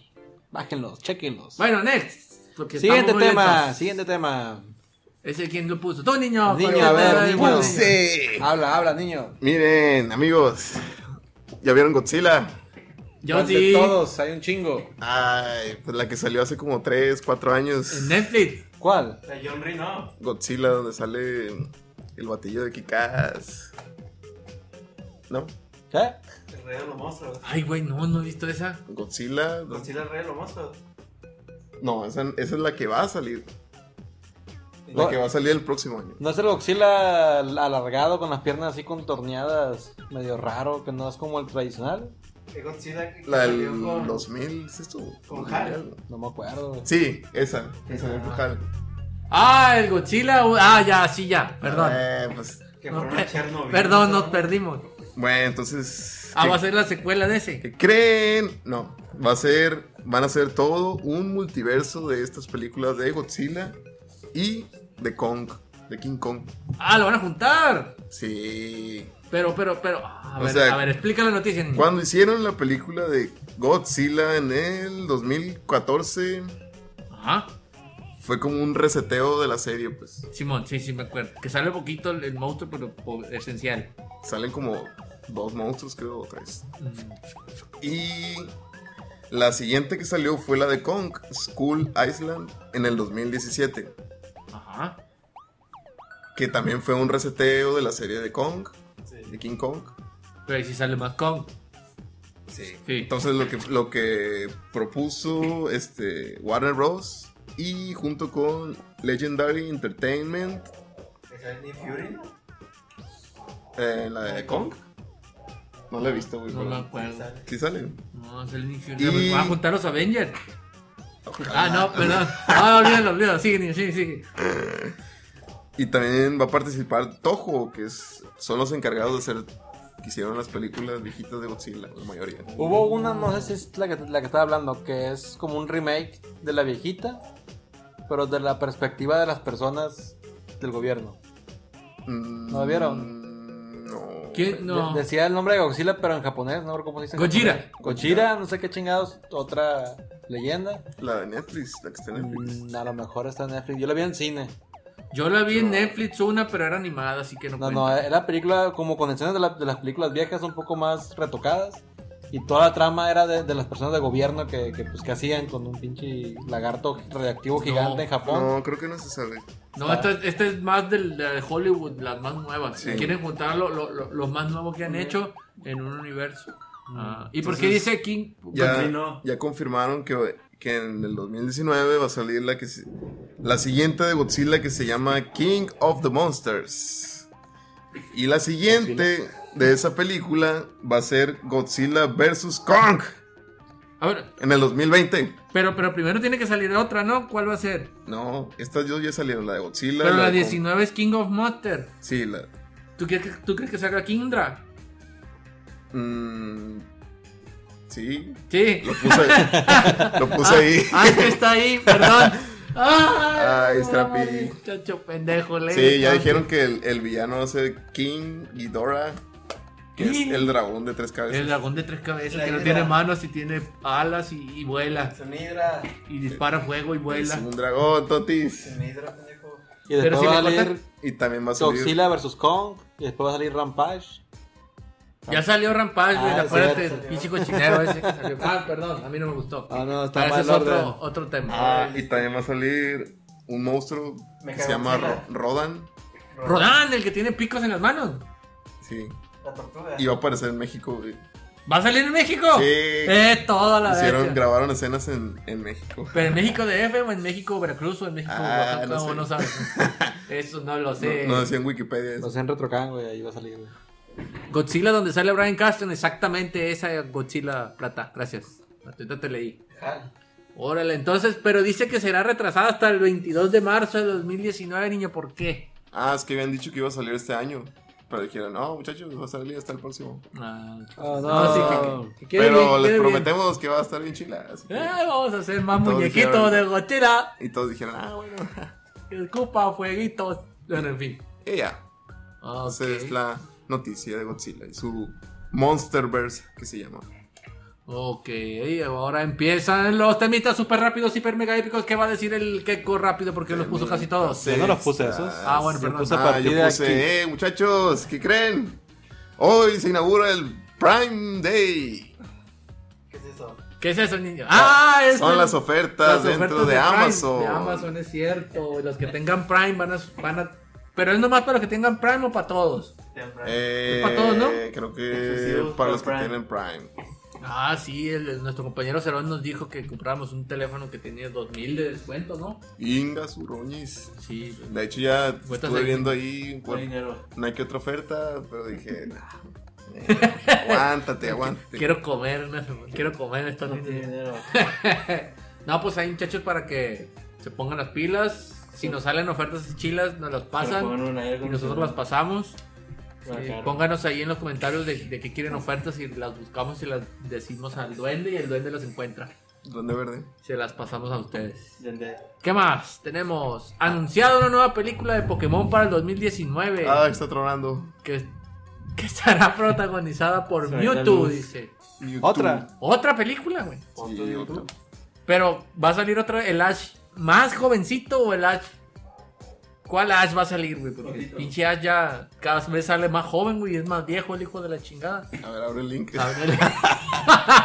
A: Bájenlos, chequenlos.
C: Bueno, next. porque
A: siguiente
C: estamos muy
A: tema,
C: lentos.
A: siguiente tema.
C: Ese quien lo puso. Tú, niño.
A: Niño,
C: Pero-
A: a ver,
C: Ay,
A: niño.
C: bueno,
B: ¡Puse!
A: Habla, habla, niño.
B: Miren, amigos. ¿Ya vieron Godzilla?
C: Yo
A: ¿Cuál de
C: sí.
A: todos, hay un chingo.
B: Ay, pues la que salió hace como 3, 4
C: En
B: años.
C: Netflix.
A: ¿Cuál?
D: La John Reno.
B: Godzilla, donde sale el batillo de Kikaz. ¿No?
A: ¿Qué?
D: El rey de los monstruos.
C: Ay, güey, no, no he visto esa.
B: Godzilla.
D: Godzilla, el rey de los monstruos.
B: No, esa, esa es la que va a salir. La
A: No.
B: que va a salir el próximo año.
A: ¿No es el Godzilla al- alargado con las piernas así contorneadas? Medio raro, que no es como el tradicional.
D: Es Godzilla que
B: La del
D: salió con-
B: 2000, ¿es esto?
D: con Hal.
A: No me acuerdo. güey.
B: Sí, esa, que salió con Hal.
C: Ah, el Godzilla. Ah, ya, sí, ya. Perdón.
B: Eh, pues,
D: Que
C: No,
D: fueron a
C: pe-
D: Chernobyl.
C: Perdón,
D: ¿no?
C: nos perdimos.
B: bueno, entonces.
C: Ah,
B: ¿qué-
C: va a ser la secuela de ese.
B: ¿Qué creen? No, va a ser, van a ser todo un multiverso de estas películas de Godzilla y de Kong, de King Kong.
C: Ah, lo van a juntar.
B: Sí.
C: Pero, pero, pero. ah, A
B: O
C: ver,
B: sea,
C: a ver, explica la noticia. niño.
B: Cuando hicieron la película de Godzilla en el 2014,
C: Ajá.
B: fue como un reseteo de la serie, pues.
C: Simón, sí, sí, me acuerdo. Que sale poquito el, el monstruo, pero po- esencial.
B: Salen como dos monstruos, creo, o tres.
C: Mm.
B: Y la siguiente que salió fue la de Kong, School Island, en el 2017.
C: Ajá.
B: Que también fue un reseteo de la serie de Kong,
D: Sí.
B: de King Kong.
C: Pero ahí sí sale más Kong.
B: Sí.
C: Sí.
B: Entonces lo que, lo que propuso este, Warner Bros. y junto con Legendary Entertainment,
D: Que sale Nick Fury, ¿no?
B: eh, la de Kong. No la he visto, güey.
C: No me
B: pero
C: acuerdo.
B: Sí sale.
C: No, es el inicio. pues,
B: Y-
C: Va a juntar los Avengers.
B: Ojalá.
C: Ah, no, perdón. Ah, olvídalo, olvídalo. Sigue, niño, sigue, sigue.
B: Y también va a participar Toho, que es, son los encargados de hacer que hicieron las películas viejitas de Godzilla, la mayoría.
A: Hubo una, no sé si es la que, la que estaba hablando, que es como un remake de la viejita, pero de la perspectiva de las personas del gobierno.
B: Mm,
A: ¿No la
B: vieron? No.
C: ¿Quién? No.
A: De- decía el nombre de Godzilla, pero en japonés, no recuerdo cómo se dice. en
C: Gojira.
A: japonés. Gojira, no sé qué chingados, otra leyenda.
B: La de Netflix, la que está en Netflix.
A: Mm, a lo mejor está en Netflix. Yo la vi en cine.
C: Yo la vi en Netflix una, pero era animada, así que no
A: No, eh.
C: cuenta.
A: no, era película como con escenas de, la- de las películas viejas un poco más retocadas. Y toda la trama era de, de las personas de gobierno que, que, pues, que hacían con un pinche lagarto radiactivo gigante
C: No,
A: en Japón.
B: No, creo que no se sabe.
C: No, esta, esta es más del- de Hollywood, las más nuevas.
B: Sí.
C: Quieren juntar lo, lo- lo- lo más nuevo que han hecho en un universo. Ah, ¿Y por qué
B: Mm. Entonces,
C: dice King?
B: Ya,
D: Continúa.
B: ya confirmaron que, que en el 2019 va a salir la, que, se- la siguiente de Godzilla que se llama King of the Monsters. Y la siguiente de esa película va a ser Godzilla vs. Kong
C: A ver,
B: en el 2020.
C: pero, pero primero tiene que salir otra, ¿no? ¿Cuál va a ser?
B: No, estas dos ya salieron, la de Godzilla.
C: pero la
B: de Kong.
C: 19 es King of Monster.
B: Sí, la...
C: ¿Tú crees que, tú crees que saca Kindra?
B: mm, sí,
C: Sí.
B: lo puse, lo puse Pues ahí.
C: Ah, es que está ahí, perdón. Ay,
B: Ay, Strapi.
C: Chacho pendejo, le.
B: Sí, ya dijeron que el, el villano va a ser King Ghidorah, que es
C: ¿Qué?
B: el dragón de tres
C: El
B: cabezas.
C: dragón de tres cabezas
D: La
C: que no
D: hidra.
C: tiene manos y tiene alas y, y vuela.
D: Es una hidra.
C: Y dispara fuego y
B: Es
C: vuela.
B: un dragón,
D: Es
B: Totis.
D: una hidra, pendejo.
A: Y
C: Pero
A: después
C: si
A: va a
C: le
A: salir
C: cortan-
B: Y también va a salir.
A: Godzilla vs. Kong. Y después va a salir Rampage.
C: Ya salió Rampage, güey,
A: Ah,
C: acuérdate,
A: cierto.
C: el pinche cochinero ese que salió. Ah, perdón, a mí no me gustó.
A: Ah, no, está
C: Pero ese
A: mal
C: es
A: orden.
C: otro, otro tema.
B: Ah, y también va a salir un monstruo
D: Me
B: que se
D: cago en
B: llama
D: Godzilla.
B: Ro- Rodan.
C: Rodán, el que tiene picos en las manos.
B: Sí.
D: La tortuga.
B: Y va a aparecer en México. güey.
C: ¿Va a salir en México?
B: Sí.
C: Eh, toda la
B: Hicieron,
C: vez.
B: grabaron escenas en, en México.
C: Pero en México DF o en México Veracruz o en México
B: Ah,
C: Oaxaca,
B: no
C: o
B: sé.
C: no sabes. Eso no lo sé.
B: No, no decía en Wikipedia eso.
A: Lo sé en RetroCan, güey, ahí va a salir. güey.
C: Godzilla donde sale Brian Castron, exactamente esa Godzilla plata. Gracias. Ahorita te leí.
D: Ah,
C: Órale, entonces, pero dice que será retrasada hasta el 22 de marzo de 2019, niño, ¿por qué?
B: Ah, es que habían dicho que iba a salir este año. Pero dijeron, no, muchachos, va a salir hasta el próximo.
C: Ah,
A: Oh, no.
C: no, sí, que- que quede
B: Pero
C: bien,
B: les
C: quede bien.
B: prometemos que va a estar bien chila. así que-
C: Eh, vamos a hacer más
B: Todos
C: muñequitos
B: dijeron-
C: de Godzilla.
B: Y todos dijeron, ah, bueno.
C: Que escupa fueguitos. Bueno, en fin.
B: y ya.
C: Ah,
B: Esa es la noticia de Godzilla y su Monsterverse que se llama.
C: Ok, ahora empiezan los temitas súper rápidos, hiper mega épicos. ¿Qué va a decir el Keko rápido? Porque los puso casi todos.
A: Yo no los puse esos.
C: Ah, bueno,
A: Yo
C: perdón.
A: puse a
B: Ah,
A: partir
B: yo
A: de
B: puse,
A: aquí.
B: eh, muchachos, ¿qué creen? Hoy se inaugura el Prime Day.
D: ¿Qué es eso?
C: ¿Qué es eso, niño? Ah, es
B: Son
C: el-
B: las ofertas
C: las
B: dentro
C: ofertas
B: de,
C: Prime,
B: Amazon.
C: De Amazon, es cierto. y Los que tengan Prime van a, van a- Pero es nomás para los que tengan Prime o para todos.
D: Temprano.
B: Eh,
C: Es para todos, ¿no?
B: Creo que
D: Exclusivos
B: para
D: para
B: los que
D: Prime.
B: tienen Prime.
C: Ah, sí, el- el- nuestro compañero Cerón nos dijo que compráramos un teléfono que tenía 2000 de descuento, ¿no?
B: Ingas, Uroñis.
C: Sí.
B: De hecho, ya
C: Vueltas
B: estuve
C: ahí.
B: viendo ahí.
D: Por
B: bueno,
D: dinero.
B: no hay que otra oferta, pero dije, nah, eh, aguántate, aguántate.
C: Quiero comer, ¿no? quiero comer estos
D: No tiene
C: niños.
D: dinero.
C: No, pues hay muchachos para que se pongan las pilas. Si nos salen ofertas chilas, nos las
D: Pero pongan
C: pasan
D: un aire
C: y nosotros las
D: acondicionado.
C: pasamos.
D: Ah, Una
C: Sí,
D: cara.
C: pónganos ahí en los comentarios de, de qué quieren ofertas y las buscamos y las decimos al duende y el duende las encuentra.
B: Duende verde.
C: Se las pasamos a ustedes.
D: Dende.
C: ¿Qué más? Tenemos anunciado una nueva película de Pokémon para el 2019
B: Ah, está tronando.
C: que, que estará protagonizada por
D: Se ve la
C: Mewtwo,
D: luz.
C: dice.
B: YouTube.
A: Otra.
C: Otra película, güey.
B: Sí,
D: Otro
B: otra.
D: YouTube.
C: Pero va a salir otro, el Ash más jovencito o el Ash. ¿Cuál Ash va a salir, güey? Porque el pinche Ash ya cada vez sale más joven, güey, y es más viejo el hijo de la chingada.
B: A ver, abre el link.
C: ¿Sabes?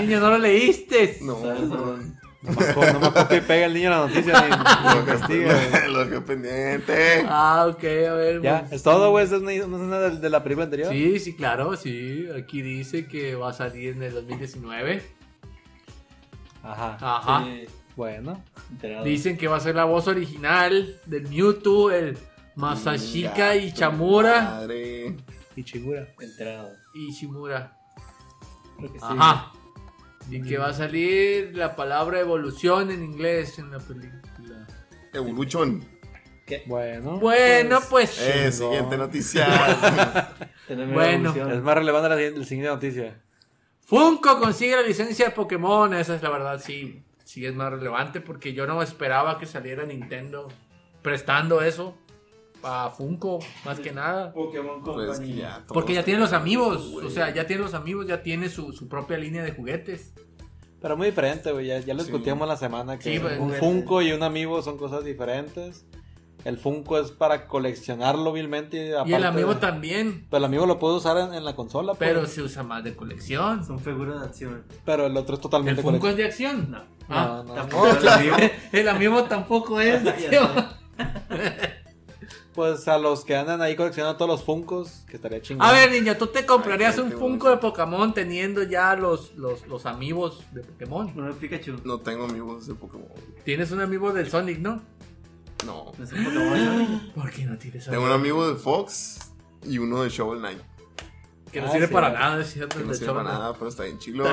C: Niño, no lo leíste.
B: No,
D: ¿Sabes?
B: perdón.
A: No me co- no me copia y pega el niño la noticia ni, ni
B: Lo
A: lo
B: que
A: castiga. güey.
B: pendiente, Lo que pendiente.
C: Ah, ok, a ver.
A: Ya,
C: pues.
A: es todo, güey. Esa es una, una escena de, de la película anterior.
C: Sí, sí, claro, sí. Aquí dice que va a salir en el 2019.
A: Ajá.
C: Ajá.
D: Sí,
A: Bueno.
D: enterado.
C: Dicen que va a ser la voz original del Mewtwo, el Masashika y Chamura
B: Madre.
A: Y chigura.
D: Enterado.
C: y Shimura.
D: Creo que sí.
C: Ajá. Y que va a salir la palabra evolución en inglés en la película.
D: Pues,
B: Evolution.
A: Bueno.
C: Bueno, pues.
B: Eh,
A: Chingón.
B: siguiente noticia.
D: Tenemos
C: Bueno.
D: evolución.
A: Es más relevante la, siguiente- la siguiente noticia.
C: Funko consigue la licencia de Pokémon. Esa es la verdad, sí. Sí, es más relevante porque yo no esperaba que saliera Nintendo prestando eso a Funko, más que nada.
D: Pokémon Company.
B: Pues que ya todos-
C: Porque ya tiene los amigos.
B: güey.
C: O sea, ya tiene los amigos, ya tiene su, su propia línea de juguetes.
A: Pero muy diferente, güey. Ya, ya lo
B: Sí.
A: discutíamos la semana que
C: Sí, pues,
A: un
C: güey.
A: Funko y un amigo son cosas diferentes. El Funko es para coleccionarlo vilmente.
C: Y el
A: aparte
C: amigo
A: de-
C: también.
A: Pero el amigo lo puede usar en, en la consola,
C: Pero
A: pues.
C: se usa más de colección.
D: Son figuras de acción.
A: Pero el otro es
C: ¿El
A: totalmente
C: Funko
A: coleccionable.
C: es de acción?
D: No.
C: Ah.
A: No, no.
D: Tampoco el amigo.
C: El amigo tampoco es.
D: Ya
C: tío.
D: está.
A: Pues a los que andan ahí coleccionando todos los Funcos, que estaría chingón.
C: A ver, niña, ¿tú te comprarías
B: Ay,
C: un
B: qué
C: Funko
B: bonito.
C: de Pokémon teniendo ya los, los, los amigos de Pokémon?
D: Uno de Pikachu.
B: No tengo amigos de Pokémon.
C: Tienes un amigo del Sonic, ¿no?
B: No.
D: No es un Pokémon. ¿no?
C: ¿Por qué no tienes
B: Tengo un amigo de Fox y uno de Shovel Knight.
C: Que no
A: Ah,
C: sirve
A: sí,
C: para
A: eh.
C: nada, es cierto.
B: Que no
C: de
B: sirve
C: hecho,
B: para
C: no.
B: nada, pero está bien chilo.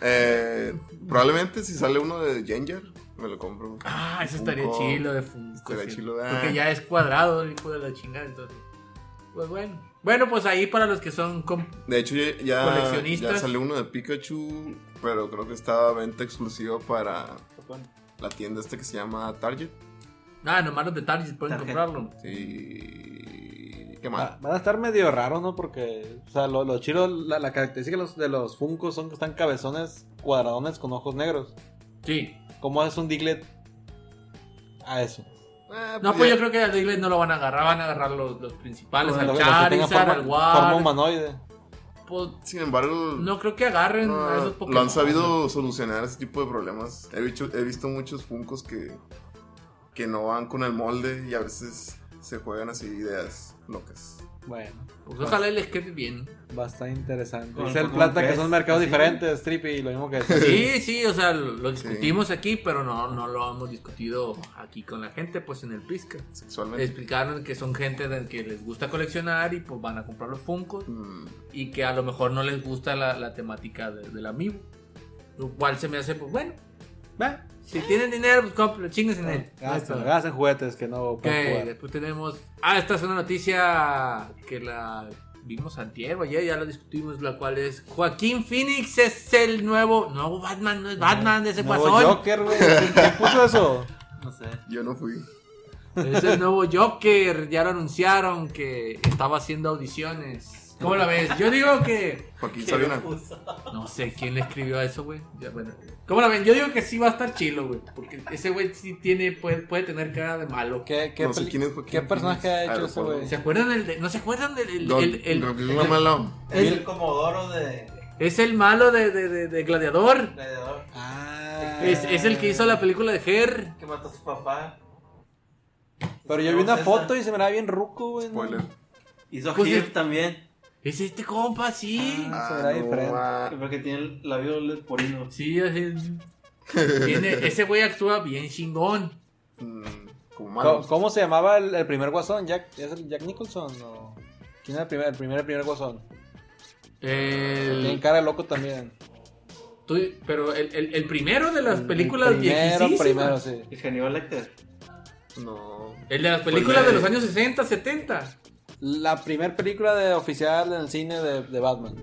B: Eh, probablemente si sale uno de Ginger, me lo compro.
C: Ah, eso estaría
B: Funko.
C: chilo de Funko.
B: Estaría
C: sí.
B: chilo, ah.
C: Porque ya es cuadrado el hijo de la chingada, entonces. Pues bueno. Bueno, pues ahí para los que son... com-
B: De hecho, ya, ya,
C: Coleccionistas.
B: ya salió uno de Pikachu, pero creo que estaba a venta exclusiva para la tienda esta que se llama Target.
C: Ah, nomás los de Target pueden
D: Tarjeta.
C: comprarlo.
B: Sí.
A: Va-
B: Qué
C: Ah.
B: mal.
A: Ah, Van a estar medio raros, ¿no? Porque, o sea, lo, lo chido, la, la característica de los, de los Funkos son que están cabezones cuadradones con ojos negros.
C: Sí.
A: ¿Cómo haces un Diglett a eso?
B: Ah,
C: No, pues
B: ya-
C: yo creo que a Diglett no lo van a agarrar, van a agarrar los, los principales,
A: O sea,
C: al
A: lo- lo que tenga
C: Charizard,
A: forma,
C: al
A: forma
C: War.
A: humanoide.
C: Pues
B: Sin embargo,
C: no creo que agarren a esos
B: no,
C: Pokémon.
B: Ah, lo han sabido solucionar ese tipo de problemas. He, visto- he visto muchos Funcos que, que no van con el molde y a veces se juegan así ideas locas.
A: Bueno,
C: Pues ojalá les quede bien.
A: va a estar interesante.
D: Con
A: Es
D: el
A: el
D: Pokémon
A: plata que
D: Fest,
A: son mercados
D: así.
A: diferentes, Trippy, lo mismo que
C: pues, Sí, sí, o sea, lo discutimos aquí, pero no, no lo hemos discutido aquí con la gente, pues en el Pisca.
B: Sexualmente.
C: Explicaron que son gente de- que les gusta coleccionar y pues van a comprar los Funkos
B: Mm,
C: y que a lo mejor no les gusta la, la temática de- del amigo. Lo cual se me hace, pues bueno,
A: Va.
C: Si tienen dinero, pues compren, chingues en él.
A: Gasten, gasten juguetes que no
C: Ok,
A: pueden jugar.
C: después tenemos. Ah, esta es una noticia que la vimos antier o ayer, ya la discutimos, la cual es Joaquín Phoenix es el nuevo. Nuevo Batman, no es Batman, ese
A: Nuevo
C: guasón.
A: Joker, güey. ¿Quién quién puso eso?
D: No sé.
B: Yo no fui.
C: Es el nuevo Joker, ya lo anunciaron que estaba haciendo audiciones. ¿Cómo la ves? Yo digo que.
B: Joaquín Sabina.
C: No sé quién le escribió a eso, güey. Ya, bueno. ¿Cómo la ven? Yo digo que sí va a estar chilo, güey. Porque ese güey sí tiene, puede, puede tener cara de malo.
A: ¿Qué, qué,
B: No sé
A: peli-
B: quién es Joaquín
A: ¿qué personaje
B: Phoenix.
A: ha
B: Ah,
A: hecho
B: lo
A: ese
B: puedo-
A: güey?
C: ¿Se acuerdan del de- ¿No se acuerdan del el,
B: Don-
C: el- el-
B: Don Mamalo.
D: Es el Comodoro de
C: Es el malo de, de- de- de Gladiador.
D: Gladiador
A: Ah.
C: Es, es el que hizo la película de Her.
D: que mató a su papá.
A: Pero yo vi una
D: César.
A: foto y se me miraba bien ruco, güey. ¿no?
B: Spoiler.
D: Hizo
C: Pues
D: Hip
C: es-
D: también.
C: Es este compa, sí.
A: Ah, será diferente.
B: ma.
D: Porque tiene el labio leporino.
C: Sí, así. Tiene- ese güey actúa bien chingón.
B: Mm, Como
A: ¿Cómo,
B: malos.
A: cómo se llamaba el, el primer guasón? ¿Jack, ¿Es el Jack Nicholson? o ¿Quién era el primer, el primer, el primer guasón? Tiene
C: El-
A: cara de loco también.
C: tú- pero el, el- el primero de las
A: El
C: películas
A: primero,
C: viejísimas.
A: primero, sí.
D: El Genio Lecter.
B: No.
C: El de las
A: Pues
B: Fue
C: películas
B: la
C: de
B: de-
C: los años 60, 70.
A: La primer película de oficial en el cine de, de Batman.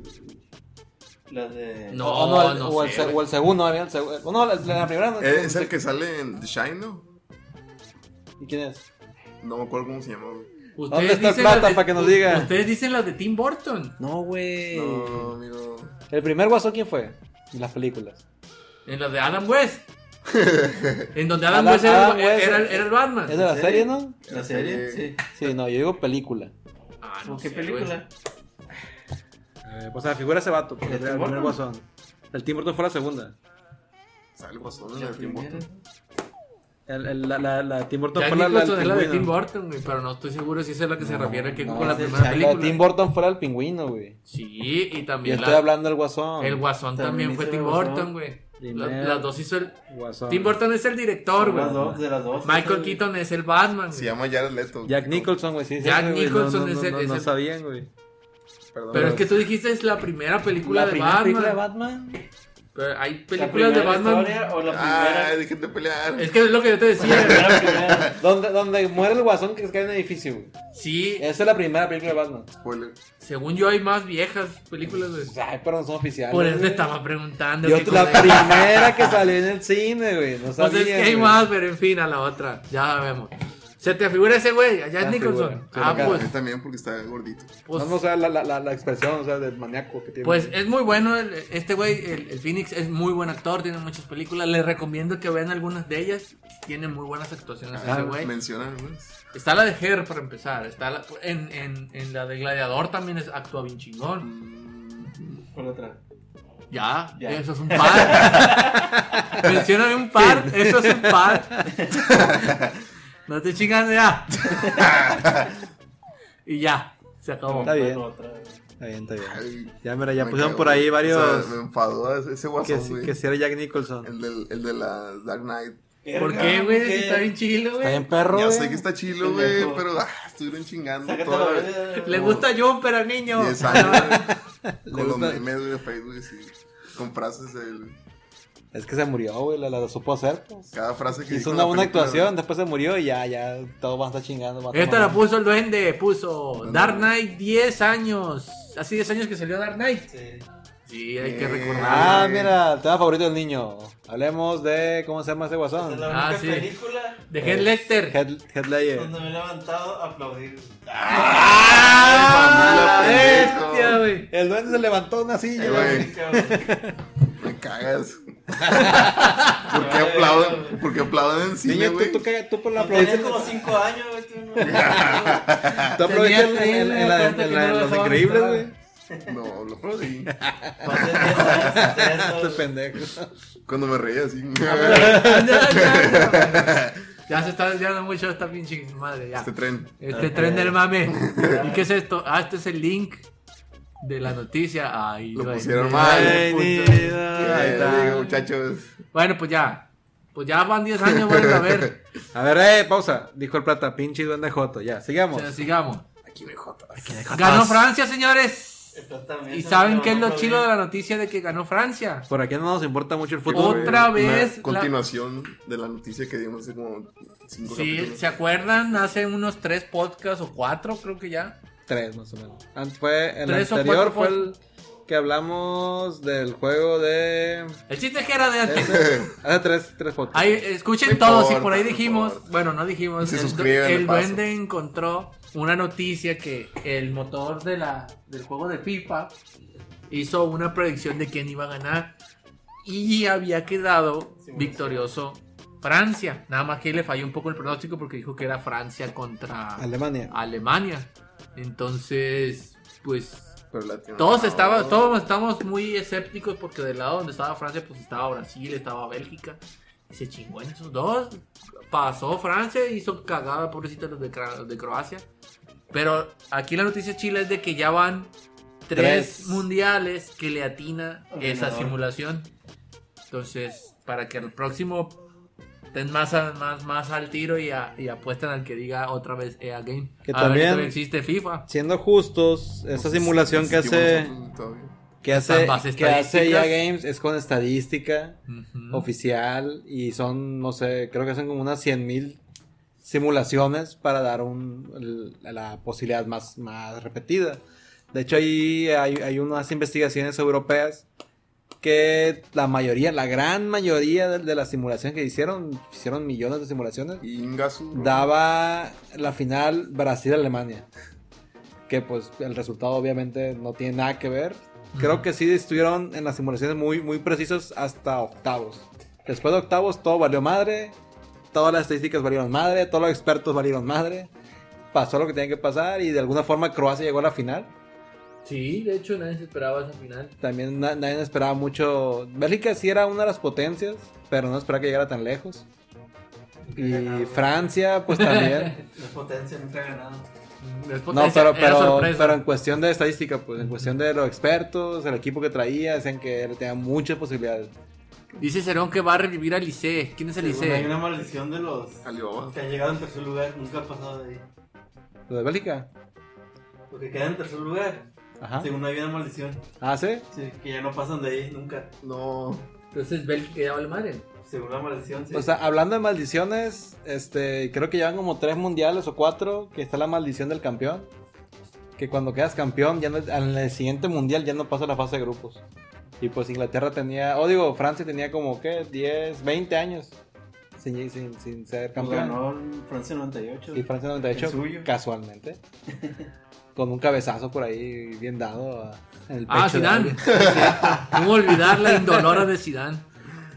D: La de.
C: No,
A: o, el,
C: no
A: o el
C: sé,
A: se-
C: güey.
A: o el segundo, había el segundo. No, la, la primera. no-
B: Es el que sale en The Shine, ¿no?
A: ¿Y quién es?
B: No me acuerdo cómo se llamaba. güey.
A: ¿Dónde está
C: las
A: el plata
C: de-
A: para que nos diga?
C: Ustedes dicen las de Tim Burton.
A: No, güey.
B: No, amigo.
A: ¿El primer guasón quién fue? En las películas.
C: En las de Adam West. en donde Adam,
A: Adam-
C: West, era,
A: Adam West
C: era- era el Batman.
A: ¿Es de la
D: ¿En
A: serie,
D: serio?
A: no?
D: La serie, sí.
A: Sí, no, yo digo película.
C: Ah, no
D: ¿O ¿Qué
C: sé,
D: película?
C: güey.
A: Eh, pues, o sea, figura ese vato, porque
D: ¿El era el Tim primer Burton?
A: El Tim Burton fue la segunda.
B: Sale el guasón en la de Tim
D: primera.
B: Burton.
A: la, Tim Burton
C: Jack Nicholson es la de Tim Burton, güey, pero no estoy seguro si esa es la que se refiere que con la primera
A: La de
C: película.
A: Tim Burton fue la del pingüino, güey.
C: Sí, y
A: Yo
C: también
A: estoy
C: la-
A: hablando del guasón.
C: el Guasón también,
D: También
C: fue
D: hizo
C: Tim
D: el Guasón.
C: Burton, güey. La-
A: Primero.
C: Las dos hizo el...
A: guasón.
C: Tim Burton es el director,
D: Son
C: güey.
D: las dos, de las dos.
C: Michael
D: Sí.
C: Keaton es el Batman, güey.
B: Se llama Jared Leto.
A: Jack Nicholson, güey. Sí, sí,
C: Jack
A: güey, no,
C: Nicholson
A: no,
C: es
A: no,
C: el-
A: No,
C: es
A: no
C: el-
A: sabían, güey.
B: Perdón.
C: Pero es que tú dijiste es la primera película de Batman.
A: Batman.
C: Pero hay
D: ¿La
C: películas de
D: primera
C: Batman. Ah,
D: historia o la primera?
B: Ay, dejen de Ah, pelear.
C: Es que es lo que yo te
D: La
C: decía.
D: primera, primera.
A: Donde, donde muere el guasón que se cae en el edificio, güey.
C: sí,
A: Esa es la primera película de Batman.
B: Spoiler.
C: según yo hay más viejas películas, güey.
A: Ay, pero no son oficiales.
C: Por eso te
A: güey.
C: estaba preguntando.
A: Yo
C: qué
A: la
C: cosa-
A: primera que salió en el cine, güey. No sabía.
C: Pues es que hay
A: güey.
C: más, pero en fin, a la otra. Ya vemos. ¿Se te figura ese güey? Allá
A: Se
C: es
A: me
C: Nicholson.
A: figura. Se me
C: Ah,
A: cara.
B: A mí
C: pues.
B: también porque está gordito.
C: Pues,
A: No, no, o sea, la, la, la, la expresión, o sea, del maníaco que tiene.
C: pues es muy bueno. el- este güey, el, el Phoenix, es muy buen actor. Tiene muchas películas. Les recomiendo que vean algunas de ellas. Tiene muy buenas actuaciones ese güey.
B: Menciona algunas.
C: Está la de Her, para empezar. Está la- en, en- en la de Gladiador también es, actúa bien chingón.
B: Mm,
D: ¿Cuál otra?
C: Ya,
D: Ya.
C: eso es un par. Mencióname un par, eso es un par. No te chingas ya. y ya, se acabó.
A: Está bien.
D: ¿Cuál otra?
A: Está bien, está bien.
B: Ay,
A: Ya, mira, ya
B: me
A: pusieron
B: cago.
A: por ahí
B: O
A: varios.
B: sea, me enfadó ese- ese
A: que,
B: guasón,
A: si-
B: güey.
A: que si era Jack Nicholson.
B: El, del- el de la Dark Knight.
C: ¿Por
D: Verga,
C: qué, güey?
D: ¿por
C: Si está bien chilo,
A: Está bien,
C: güey.
A: perro.
B: Ya
A: güey.
B: sé que está chilo, güey,
D: Pendejo.
B: pero ah, estuvieron chingando
D: Sácate la
B: toda la
D: verga.
C: Le gusta Jumper al niño.
B: 10 años, güey.
A: Le
B: Con los
A: gusta-
B: memes güey, de Facebook, y sí. Con frases, el-
A: Es que se murió, güey. La, la supo hacer, pues.
B: cada frase que
A: Hizo
B: dijo
A: una
B: en la
A: buena
B: película,
A: actuación, después se murió y ya, ya. Todo va a estar chingando. va a
C: Esta
A: tomar-
C: la puso el duende, puso
B: No,
C: Dark
B: no.
C: Knight 10 años. Hace 10 años que salió Dark Knight.
D: Sí.
C: Sí, hay que
B: Eh.
C: recordar.
A: Ah, mira, el tema favorito del niño. Hablemos de. ¿Cómo se llama ese
D: Esa es la
A: guasón?
D: única
C: Ah, sí.
D: película
C: De Heath Lecter.
A: Head, Heath Ledger.
D: donde me he levantado a aplaudir.
A: ¡Ah!
B: Ay,
A: ¡Bestia,
B: familia, pendejo.
A: güey! El duende se levantó de una silla,
B: Eh,
A: güey.
B: güey. Me cagas. ¿Por qué
D: Ay,
B: aplauden?
D: güey.
B: ¿Por qué aplauden en cine,
A: Niño, tú,
B: güey?
A: tú, caga- tú por la
D: Tenía
A: aplaudiste.
D: como 5 años, güey. tú no-
A: Tú aplaudiste en,
C: Tenía
A: en- en la- en
C: treinta
A: la- en
C: que no
A: los
C: lo
A: increíbles,
C: dejaban
A: güey.
B: No, lo aplaudí.
D: Pasé 10 años de eso,
A: Este
D: güey.
A: pendejo.
B: Cuando me reía así.
C: ya se está desviando mucho esta pinche madre. Ya.
B: Este tren.
C: Este tren del mame. ¿Y qué es esto? Ah, este es el link de la noticia. Ay,
B: Lo
C: güey.
B: pusieron mal.
C: Ay,
A: Ay,
C: puto.
A: niño, ahí
B: Eh,
A: está.
B: digo, muchachos.
C: Bueno, pues ya. Pues ya van 10 años, vuelve a ver.
A: A ver, eh, pausa. Dijo el plata, pinche duende Joto. Ya,
C: O
A: sigamos.
C: sea, sigamos.
B: Aquí me jotas.
C: Ganó Francia, señores. ¿Y saben qué es lo chido de la noticia de que ganó Francia?
A: Por aquí no nos importa mucho el fútbol.
C: Otra
B: Fue una
C: vez la-
B: continuación de la noticia que dimos hace como cinco
C: Sí,
B: capítulos.
C: ¿se acuerdan? Hace unos tres podcasts o cuatro, creo que ya.
A: Tres, más o menos. Antes fue, el
C: Tres o cuatro
A: anterior fue el que hablamos del juego de...
C: El chiste es que era de antes.
A: Hace tres, tres fotos.
C: Ahí, escuchen
B: No
C: todos, y
B: importa,
C: por ahí
B: no
C: dijimos,
B: importa.
C: bueno, no dijimos,
B: Se
C: el,
B: suscriben, de
C: el
B: paso.
C: duende encontró una noticia que el motor de la, del juego de FIFA hizo una predicción de quién iba a ganar y había quedado victorioso Francia. Nada más que le falló un poco el pronóstico porque dijo que era Francia contra
A: Alemania.
C: Alemania. Entonces, pues
B: Pero la-
C: todos
B: no,
C: estaba,
B: no.
C: todos estamos muy escépticos porque del lado donde estaba Francia, pues estaba Brasil, estaba Bélgica. Y se chingó en esos dos. Pasó Francia, hizo cagada, pobrecito los de, Cra- los de Croacia. Pero aquí la noticia chila es de que ya van tres,
A: Tres.
C: mundiales que le atina
D: Al
C: esa
D: ganador.
C: simulación. Entonces, para que el próximo estén más, a- más, más al tiro y, a- y apuesten al que diga otra vez EA Game.
A: Que
C: a ver si
A: también-
C: todavía existe FIFA.
A: Siendo justos, esa simulación que hace,
B: Nosotros todavía.
A: que hace,
C: Ambas
A: que hace
C: estadísticas.
A: EA Games es con estadística
C: Ujú.
A: oficial y son, no sé, creo que son como unas 100 mil simulaciones para dar un, l- la posibilidad más, más repetida. De hecho, ahí hay, hay unas investigaciones europeas que la mayoría, la gran mayoría de, de las simulaciones que hicieron, hicieron millones de simulaciones,
B: Y Ingasu. ¿no?
A: daba la final Brasil-Alemania. Que pues el resultado obviamente no tiene nada que ver. Creo
C: Ujú.
A: que sí estuvieron en las simulaciones muy, muy precisos hasta octavos. Después de octavos todo valió madre. Todas las estadísticas valieron madre. Todos los expertos valieron madre. Pasó lo que tenía que pasar y de alguna forma Croacia llegó a la final.
C: Sí, de hecho nadie se esperaba esa final.
A: También na- nadie esperaba mucho. Bélgica sí era una de las potencias, pero no esperaba que llegara tan lejos. Y Francia pues también.
D: La potencia nunca ha ganado.
C: Mm,
A: No, pero,
C: era
A: pero,
C: sorpresa.
A: pero en cuestión de estadística, pues en cuestión de los expertos, el equipo que traía, decían que él tenía muchas posibilidades.
C: Dice Cerón que va a revivir a Lice. ¿Quién es el
D: Según Hay
C: Lice?
D: una maldición de los
B: Alibaba.
D: que han llegado en tercer lugar, nunca ha pasado de ahí.
A: ¿Lo de Bélgica?
D: Los que quedan en tercer lugar,
A: Ajá.
D: según hay una maldición,
A: Ah, sí.
D: sí, que ya no pasan de ahí nunca.
B: No.
C: Entonces Bélgica ya vale madre.
D: Según la maldición, sí.
A: O
D: Pues
A: sea, hablando de maldiciones, este, creo que llevan como tres mundiales o cuatro, que está la maldición del campeón. Que cuando quedas campeón, ya no- en el siguiente mundial ya no pasa la fase de grupos. Y pues Inglaterra tenía, o digo, Francia tenía como, ¿qué? 10, 20 años sin, sin, sin ser
D: Pues
A: campeón.
D: ganó el Francia 98.
A: Y Francia
D: El
A: 98,
D: suyo.
A: casualmente. Con un cabezazo por ahí bien dado a- en el pecho.
C: Ah,
A: de
C: Zidane.
A: alguien.
C: ¿Cómo olvidar la indolora de Zidane?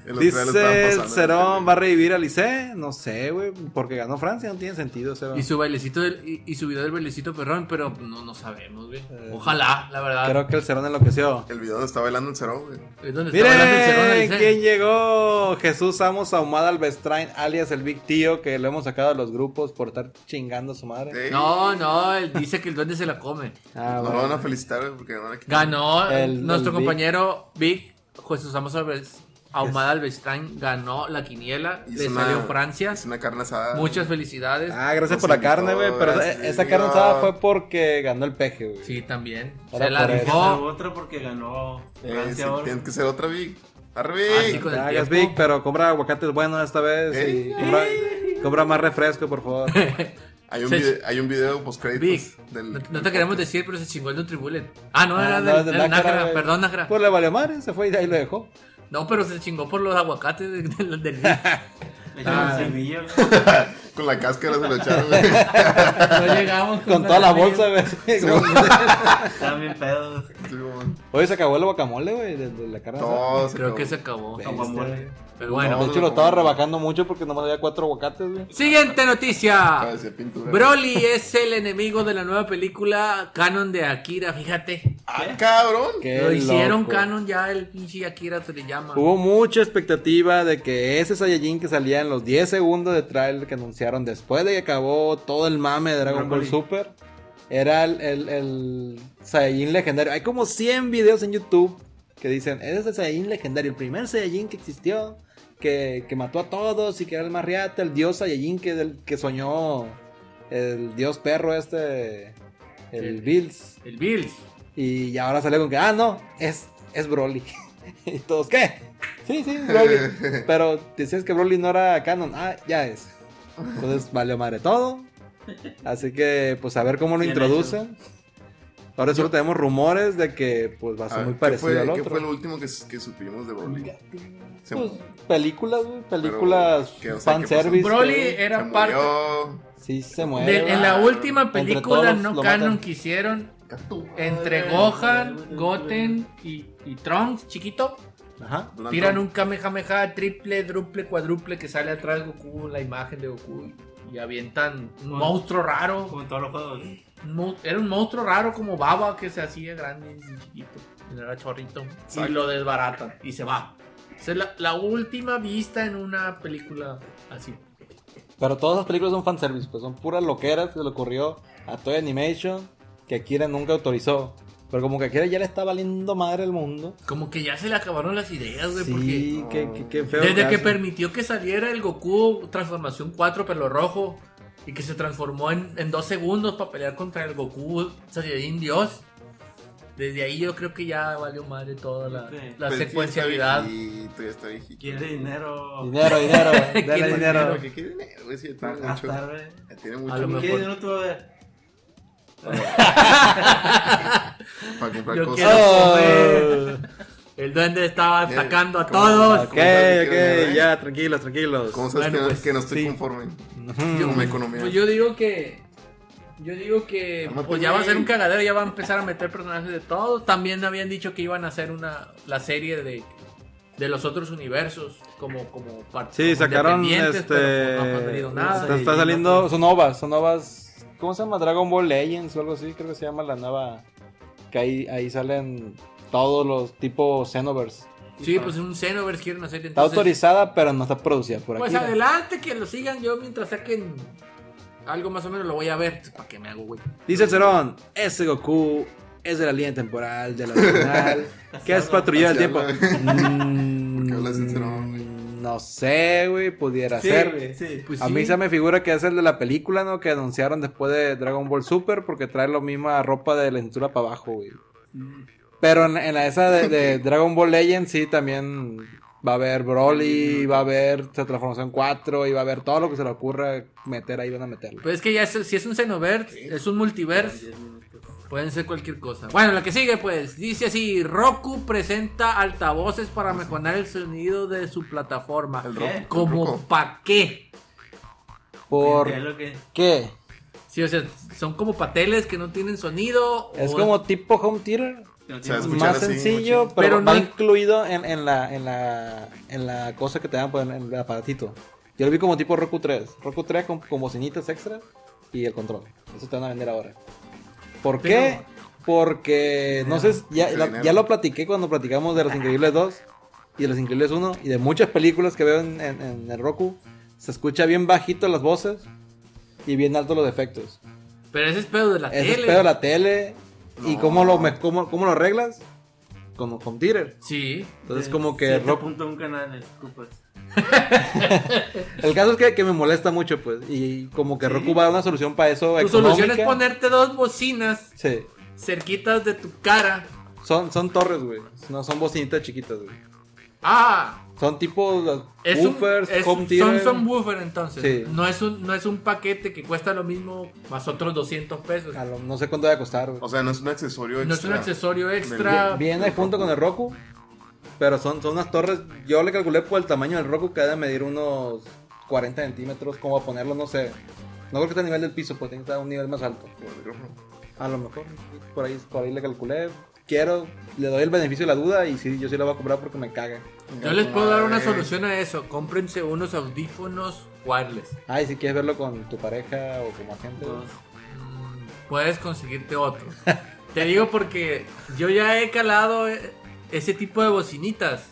B: El otro día lo estaban
A: Dice
B: pasando.
A: Cerón, ¿va a revivir a Lice? No sé, güey, porque ganó Francia, no tiene sentido, Cerón.
C: Y su bailecito del- y, y su video del bailecito perrón, pero no, no sabemos, güey.
A: Eh,
C: Ojalá, la verdad.
A: Creo que el Cerón enloqueció.
B: El video donde está bailando el Cerón, güey.
C: Es donde está hablando el Cerón de
A: ¡Miren
C: Lice.
A: quién llegó! Jesús Amos Ahumada Albestrain, alias el Big Tío, que lo hemos sacado de los grupos por estar chingando a su madre.
B: Ey,
C: No, no, él dice que el duende se la come.
A: Ah,
B: Nos
A: bueno.
B: van a felicitar, güey, porque van a quitar.
C: Ganó
A: El-
C: nuestro
A: el Vic.
C: compañero Vic, Jesús Amos Alves- Ahumada Albestrain, ganó la quiniela,
B: Hizo
C: le
B: una-
C: salió Francia.
B: Es una carne asada. Eh,
C: Muchas felicidades.
A: Ah, gracias
B: Nos
A: por la
B: invitó,
A: carne, güey, pero
B: gracias,
A: esa- esa
B: sí,
A: carne
B: no.
A: asada fue porque ganó el peje, güey.
C: Sí, también.
A: Ahora
C: Se la
A: por eso.
C: rifó.
D: otra porque ganó
B: Ey, Eh, sí,
D: Francia ahora.
B: tiene que ser otra Big. Arre, Big.
C: Así Ah, con
A: Te
C: el
A: hagas
C: tiempo.
A: big, pero compra aguacates buenos esta vez y
B: ¿Eh?
A: compra, compra más refresco, por favor.
B: Hay un,
C: Se-
B: video, hay un video post
C: Vic,
B: créditos
C: no, no te queremos decir, pero se chingó el Nutribullet. Ah, no,
A: Ah,
C: era
A: no,
C: del,
A: es de
C: del
A: Nájera,
C: Nájera,
A: güey.
C: perdón, Nájera.
A: Pues le valió madre, se fue y de ahí lo dejó.
C: No, pero se chingó por los aguacates de- del, del Vic.
D: Le echaron
C: Ah.
D: semilla, güey.
B: Con la cáscara se lo echaron, güey.
C: No llegamos
A: Con toda la bolsa, güey.
D: Estaban bien pedos.
B: Sí, güey.
A: Oye, se acabó el guacamole, güey, de, de la carne. asada.
B: Todo se
C: Creo que se
B: acabó. Ah,
C: acabó.
A: Bestia,
D: Guacamole.
A: güey.
C: Pero bueno.
A: De hecho, lo estaba rebajando mucho porque nomás había cuatro aguacates, güey.
C: Siguiente noticia.
B: Parecía pintura.
C: Broly es el enemigo de la nueva película canon de Akira, fíjate.
B: ¡Ah, cabrón!
A: Qué
C: Lo hicieron
A: loco. Uh.
C: canon ya el pinche Akira Toriyama.
A: Hubo mucha expectativa de que ese Saiyajin que salía en los 10 segundos de trailer que anunciaron después de que acabó todo el mame de Dragon Ball
D: Brócoli.
A: Super era el, el- el Saiyajin legendario. Hay como 100 videos en YouTube que dicen, ese es el Saiyajin legendario, el primer Saiyajin que existió, que, que mató a todos y que era el más reata, el dios Saiyajin que, del, que soñó el dios perro este, el
C: El-
A: Bills.
C: El Bills.
A: Y ahora sale con que, ah, no, es, es Broly. y todos, ¿qué? Sí, sí, Broly. Pero decías que Broly no era canon. Ah, ya es. Entonces valió madre todo. Así que, pues a ver cómo lo
D: Bien
A: introducen. Ahora solo tenemos rumores de que pues va a ser
B: ver,
A: muy
B: Ah, ¿qué
A: parecido
B: fue-
A: al
B: ¿Qué fue lo
A: otro.
B: último que, que supimos de Broly? Se,
A: Pues, películas, güey, películas
B: ¿qué? O sea, pues, ¿qué pasó?
A: fanservice.
C: Broly
A: que-
B: se
C: era parte.
B: murió.
A: Sí, se mueve.
C: de- en la última
A: Entre
C: película
A: todos
C: no
A: lo
C: canon
A: matan.
C: que hicieron
B: Gato.
C: entre
D: Ay,
C: Gohan,
D: güey.
C: Goten y, y Trunks, chiquito,
A: Ajá.
B: Donald
C: tiran
B: Trump.
C: un Kamehameha triple, druple, cuadruple que sale atrás Goku, la imagen de Goku. Y avientan un
D: Bueno.
C: monstruo raro.
D: Como en todos los juegos.
C: un mon- Era un monstruo raro como baba que se hacía grande y chiquito. y Era chorrito. Y
B: Exacto.
C: lo desbaratan y se va. Esa es la, la última vista en una película así.
A: Pero todas las películas son fanservice, pues son puras loqueras que se le ocurrió a Toy Animation que Akira nunca autorizó. Pero como que Akira ya le está valiendo madre el mundo.
C: Como que ya se le acabaron las ideas, güey. porque
A: Sí, qué, qué- qué feo.
C: Desde que
A: caso.
C: permitió que saliera el Goku Transformación 4 pelo rojo y que se transformó en, en dos segundos para pelear contra el Goku Saiyajin Dios. Desde ahí yo creo que ya valió madre toda la,
D: Sí.
C: la
B: Pues sí,
C: secuencialidad.
B: Y tú ya está viejito.
D: Quiere dinero.
A: Dinero, dinero, güey,
C: Quiere
A: dale dinero.
B: Pero que quiere dinero, güey, sí, ya tiene mucho.
D: Gastar, güey.
B: Ya tiene
C: A lo
B: mucho
C: mejor.
D: ¿Qué dinero tú vas a ver?
B: para comprar
C: Yo
B: cosas.
C: quiero-
A: Oh.
C: El duende estaba
B: Bien,
C: atacando a
B: ¿cómo
C: todos.
B: estás?
A: Ok,
B: ¿Cómo sabes que
A: ok, ya, tranquilos, tranquilos.
B: ¿Cómo sabes
C: Bueno,
B: que, no-
C: pues,
B: que no estoy
A: sí.
B: conforme?
A: Ujú.
B: Como economía.
C: Pues yo digo que. Yo digo que.
B: Cálmate,
C: Pues ya va a ser un
B: güey.
C: cagadero, ya va a empezar a meter personajes de todos. También habían dicho que iban a hacer una la serie de, de los otros universos. Como, como parte.
A: Sí, sacaron
C: independientes, pero pues, no han
A: este.
C: salido nada.
A: está, está
C: Y-
A: saliendo. Son ovas, son ovas. ¿Cómo se llama? Dragon Ball Legends o algo así, creo que se llama la nueva. Que ahí, ahí salen todos los tipos Xenoverse.
C: Sí, pues un Xenoverse quieren hacer.
A: Está
C: Entonces,
A: autorizada, pero no está producida por aquí.
C: Pues adelante, que lo sigan. Yo mientras saquen algo más o menos lo voy a ver. pues, ¿Para qué me hago, güey?
A: Dice el Cerón, ese Goku es de la línea temporal, de la original, que es patrullero del tiempo.
B: Así
A: Mm,
B: qué hablas en Cerón, güey?
A: No sé, güey, pudiera
D: Sí,
A: ser.
D: güey, sí.
C: Pues
A: A mí
C: sí.
A: se me figura que es el de la película, ¿no? Que anunciaron después de Dragon Ball Super porque trae la misma ropa de la cintura para abajo, güey. Pero en, en la esa de, de Dragon Ball Legends sí también va a haber Broly, va a haber la transformación 4 y va a haber todo lo que se le ocurra meter ahí van a meterlo.
C: Pues es que ya es, si es un Xenoverse, es un multiverse.
D: Diez minutos.
C: Pueden ser cualquier cosa. Bueno, la que sigue, pues. Dice así: Roku presenta altavoces para mejorar el sonido de su plataforma.
B: El
D: ¿Qué?
B: roco, el
C: ¿Como
B: roco.
C: pa' qué?
A: ¿Por
D: Es lo que-
A: qué?
C: Sí, o sea, son como pateles que no tienen sonido.
A: Es
C: o-
A: como tipo home theater,
D: que
B: Se
D: no
B: va a
D: tiene-
B: escuchar
A: más
B: así,
A: sencillo,
B: mucho.
A: pero,
C: Pero no
A: va
C: es-
A: incluido en, en la, en, la, en la cosa que te dan pues, en el aparatito. Yo lo vi como tipo Roku 3. Roku 3 con, con bocinitas extra y el control. Eso te van a vender ahora. ¿Por
C: Pero-
A: qué? Porque, no sé, ya,
B: Mucho
A: la-
B: dinero.
A: ya lo platiqué cuando platicamos de Los Increíbles 2 y de Los Increíbles 1 y de muchas películas que veo en, en- en el Roku. Se escucha bien bajito las voces y bien alto los defectos.
C: Pero ese es pedo de la
A: Ese es
C: tele.
A: pedo de la tele. ¿Y
B: No.
A: cómo lo, me- cómo, cómo lo arreglas? Con, con Twitter.
C: Sí.
A: Entonces,
D: de
A: como que.
D: 7.1 canales, ocupas.
A: Roku- el caso es que, que me molesta mucho, pues. Y como que
D: Sí.
A: Roku va a dar una solución para eso.
C: Tu
A: económica.
C: solución es ponerte dos bocinas
A: Sí.
C: cerquitas de tu cara.
A: Son, son torres, güey. No son bocinitas chiquitas, güey.
C: Ah,
A: Son tipo los
C: Es un-
A: woofers,
C: es
A: home
C: un-
A: theater.
C: son, son woofer entonces.
A: Sí.
C: No, es un, no es un paquete que cuesta lo mismo más otros 200 pesos.
A: A lo- no sé cuánto va a costar, güey.
B: O sea, no es un accesorio extra.
C: No es un accesorio extra.
A: Viene junto con el Roku. Pero son, son unas torres. Yo le calculé por el tamaño del Roku que debe medir unos 40 centímetros. ¿Cómo va a ponerlo? No sé. No creo que esté a nivel del piso, pues tiene que estar a un nivel más alto.
B: Como el micrófono.
A: A lo mejor, por ahí, por ahí le calculé. Quiero, le doy el beneficio de la duda y sí, yo sí lo voy a comprar porque me caga.
C: Yo les puedo dar una
B: Madre.
C: solución a eso. Cómprense unos audífonos wireless.
A: Ay, si quieres verlo con tu pareja o como agente.
D: Dos.
C: Mm, Puedes conseguirte otro. Te digo porque yo ya he calado eh, ese tipo de bocinitas.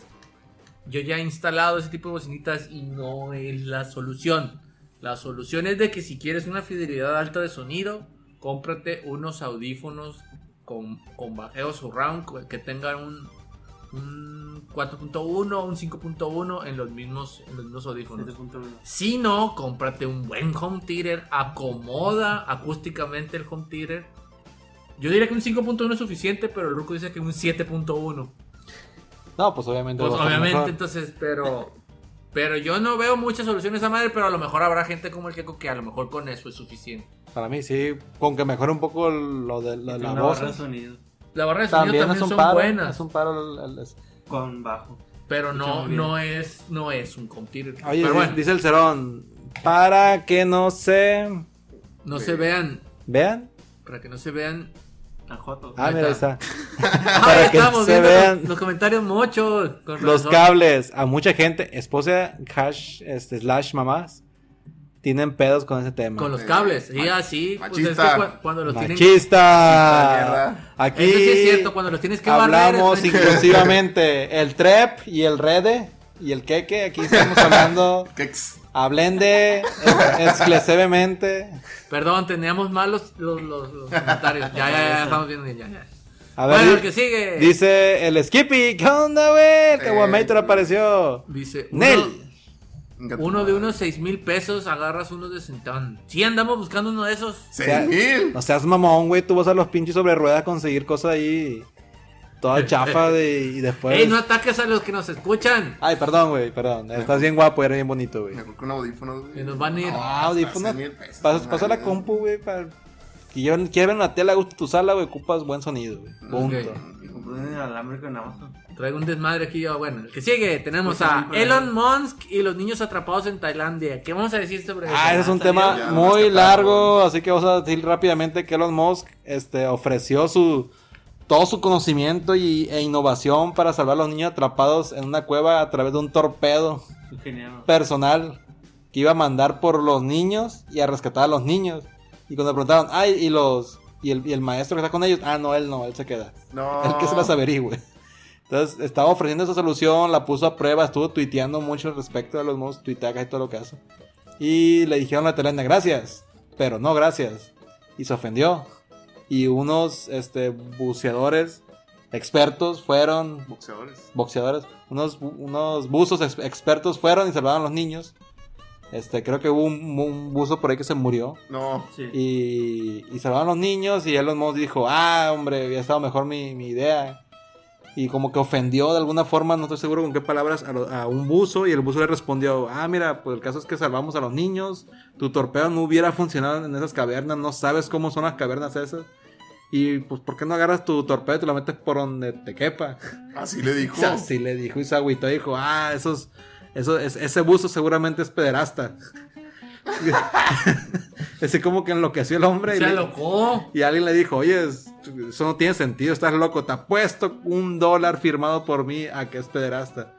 C: Yo ya he instalado ese tipo de bocinitas y no es la solución. La solución es de que si quieres una fidelidad alta de sonido, cómprate unos audífonos con, con bajeo surround co- que tengan un, un 4.1 o un 5.1 en los mismos, en los mismos audífonos.
D: 7.1.
C: Si no, cómprate un buen home theater, acomoda acústicamente el home theater Yo diría que un 5.1 es suficiente, pero el Ruco dice que un 7.1.
A: No, pues obviamente.
C: Pues
A: va a estar
C: obviamente,
A: mejor.
C: entonces, pero. Pero yo no veo muchas soluciones a madre, pero a lo mejor habrá gente como el Keco que a lo mejor con eso es suficiente.
A: Para mí sí, con que mejore un poco lo de lo de
D: Tiene
A: la
D: una
A: voz.
D: barra de sonido.
C: La barra de sonido
A: También,
C: también,
A: es un
C: son
A: paro.
C: buenas,
A: Es un paro. el- el- es-
D: Con bajo.
C: pero no,
D: Escucha muy bien.
C: no es, no es un computer.
A: Oye,
C: pero
A: di-
C: bueno,
A: dice el Cerón. Para que no se
C: no se vean,
A: vean.
C: para que no se vean.
D: Ajoto.
A: Ah,
C: Ahí
A: mira, ahí
C: está.
A: está.
C: Ahí
A: que
C: estamos
A: se
C: viendo
A: vean.
C: los, los comentarios muchos. con
A: Los
C: razón.
A: cables. A mucha gente, esposa, hash, este, slash mamás, tienen pedos con ese tema.
C: Con los
B: Eh,
C: cables. Y
B: ma-
C: así, pues es que
B: machista.
C: cua- cuando los tienen. Eso
A: Machista.
B: mierda.
A: Aquí
C: sí es cierto, cuando los tienes que barrer.
A: hablamos
C: es-
A: inclusivamente el trep y el rede y el queque. Aquí estamos hablando.
B: Quex.
A: Hablende exclusivamente.
C: Perdón, teníamos mal los, los, los- los comentarios. Ya, ya, ya, estamos viendo bien, ya, ya.
A: A ver,
C: bueno, el
A: di-
C: que sigue.
A: dice el Skippy, ¿qué onda, güey? El
B: Eh,
A: Caguamator apareció.
C: Dice, uno,
A: Nel.
B: Venga, tu
C: uno de
B: madre.
C: unos seis mil pesos, agarras uno de centón. Sí, andamos buscando uno de esos.
B: ¡Seis mil!
A: No seas mamón, güey. Tú vas a los pinches sobre ruedas a conseguir cosas ahí. Toda chafa de, y después.
C: Ey, no ataques a los que nos escuchan.
A: Ay, perdón, güey, perdón. Estás bien guapo, eres bien bonito, güey.
B: Mejor que un audífono, güey.
C: Que nos van a ir.
A: Ah, audífonos.
B: seis mil pesos,
A: Pasas-
B: no
A: Pasa la
B: mames.
A: compu, güey, para. que lleven- Quieres ver una tela, a gusto tu sala, güey, ocupas buen sonido, güey. Punto.
C: Ok.
D: Compré un inalámbrico en Amazon.
C: Traigo un desmadre aquí yo. Bueno, el que sigue, tenemos
B: Pues,
C: a Elon Musk y los niños atrapados en Tailandia. ¿Qué vamos a decir sobre eso?
A: Ah, ese es un
D: salió.
A: tema
B: Ya,
A: muy
B: rescatado.
A: largo, así que vamos a decir rápidamente que Elon Musk este, ofreció su, todo su conocimiento y, e innovación para salvar a los niños atrapados en una cueva a través de un torpedo
D: Un Genial.
A: personal que iba a mandar por los niños y a rescatar a los niños. Y cuando preguntaron, ay, y los y el, y el maestro que está con ellos, ah, no, él no, él se queda.
B: No.
A: El que se las averigüe. Entonces, estaba ofreciendo esa solución, la puso a prueba, estuvo tuiteando mucho al respecto de los nuevos tuitacas y todo lo que hace. Y le dijeron a la Telena, gracias, pero no gracias. Y se ofendió. Y unos este, buceadores expertos fueron,
B: Boxeadores.
A: boxeadores, unos, bu- unos buzos ex- expertos fueron y salvaron a los niños. Este, creo que hubo un- un buzo por ahí que se murió.
B: No.
D: Sí.
A: Y, y salvaron los niños y Elon Musk dijo, ah, hombre, había estado mejor mi, mi idea. Y como que ofendió de alguna forma, no estoy seguro con qué palabras, a, lo- a un buzo y el buzo le respondió, ah, mira, pues el caso es que salvamos a los niños, tu torpedo no hubiera funcionado en esas cavernas, no sabes cómo son las cavernas esas. Y pues, ¿por qué no agarras tu torpedo y te lo metes por donde te quepa?
B: Así le dijo.
A: O sea, así le dijo y se agüitó y dijo, ah, esos, esos, es- ese buzo seguramente es pederasta. Así como que enloqueció el hombre. y
C: Se
A: le-
C: alocó.
A: y alguien le dijo, oye, es- eso no tiene sentido, estás loco, te apuesto un dólar firmado por mí a que es pederasta.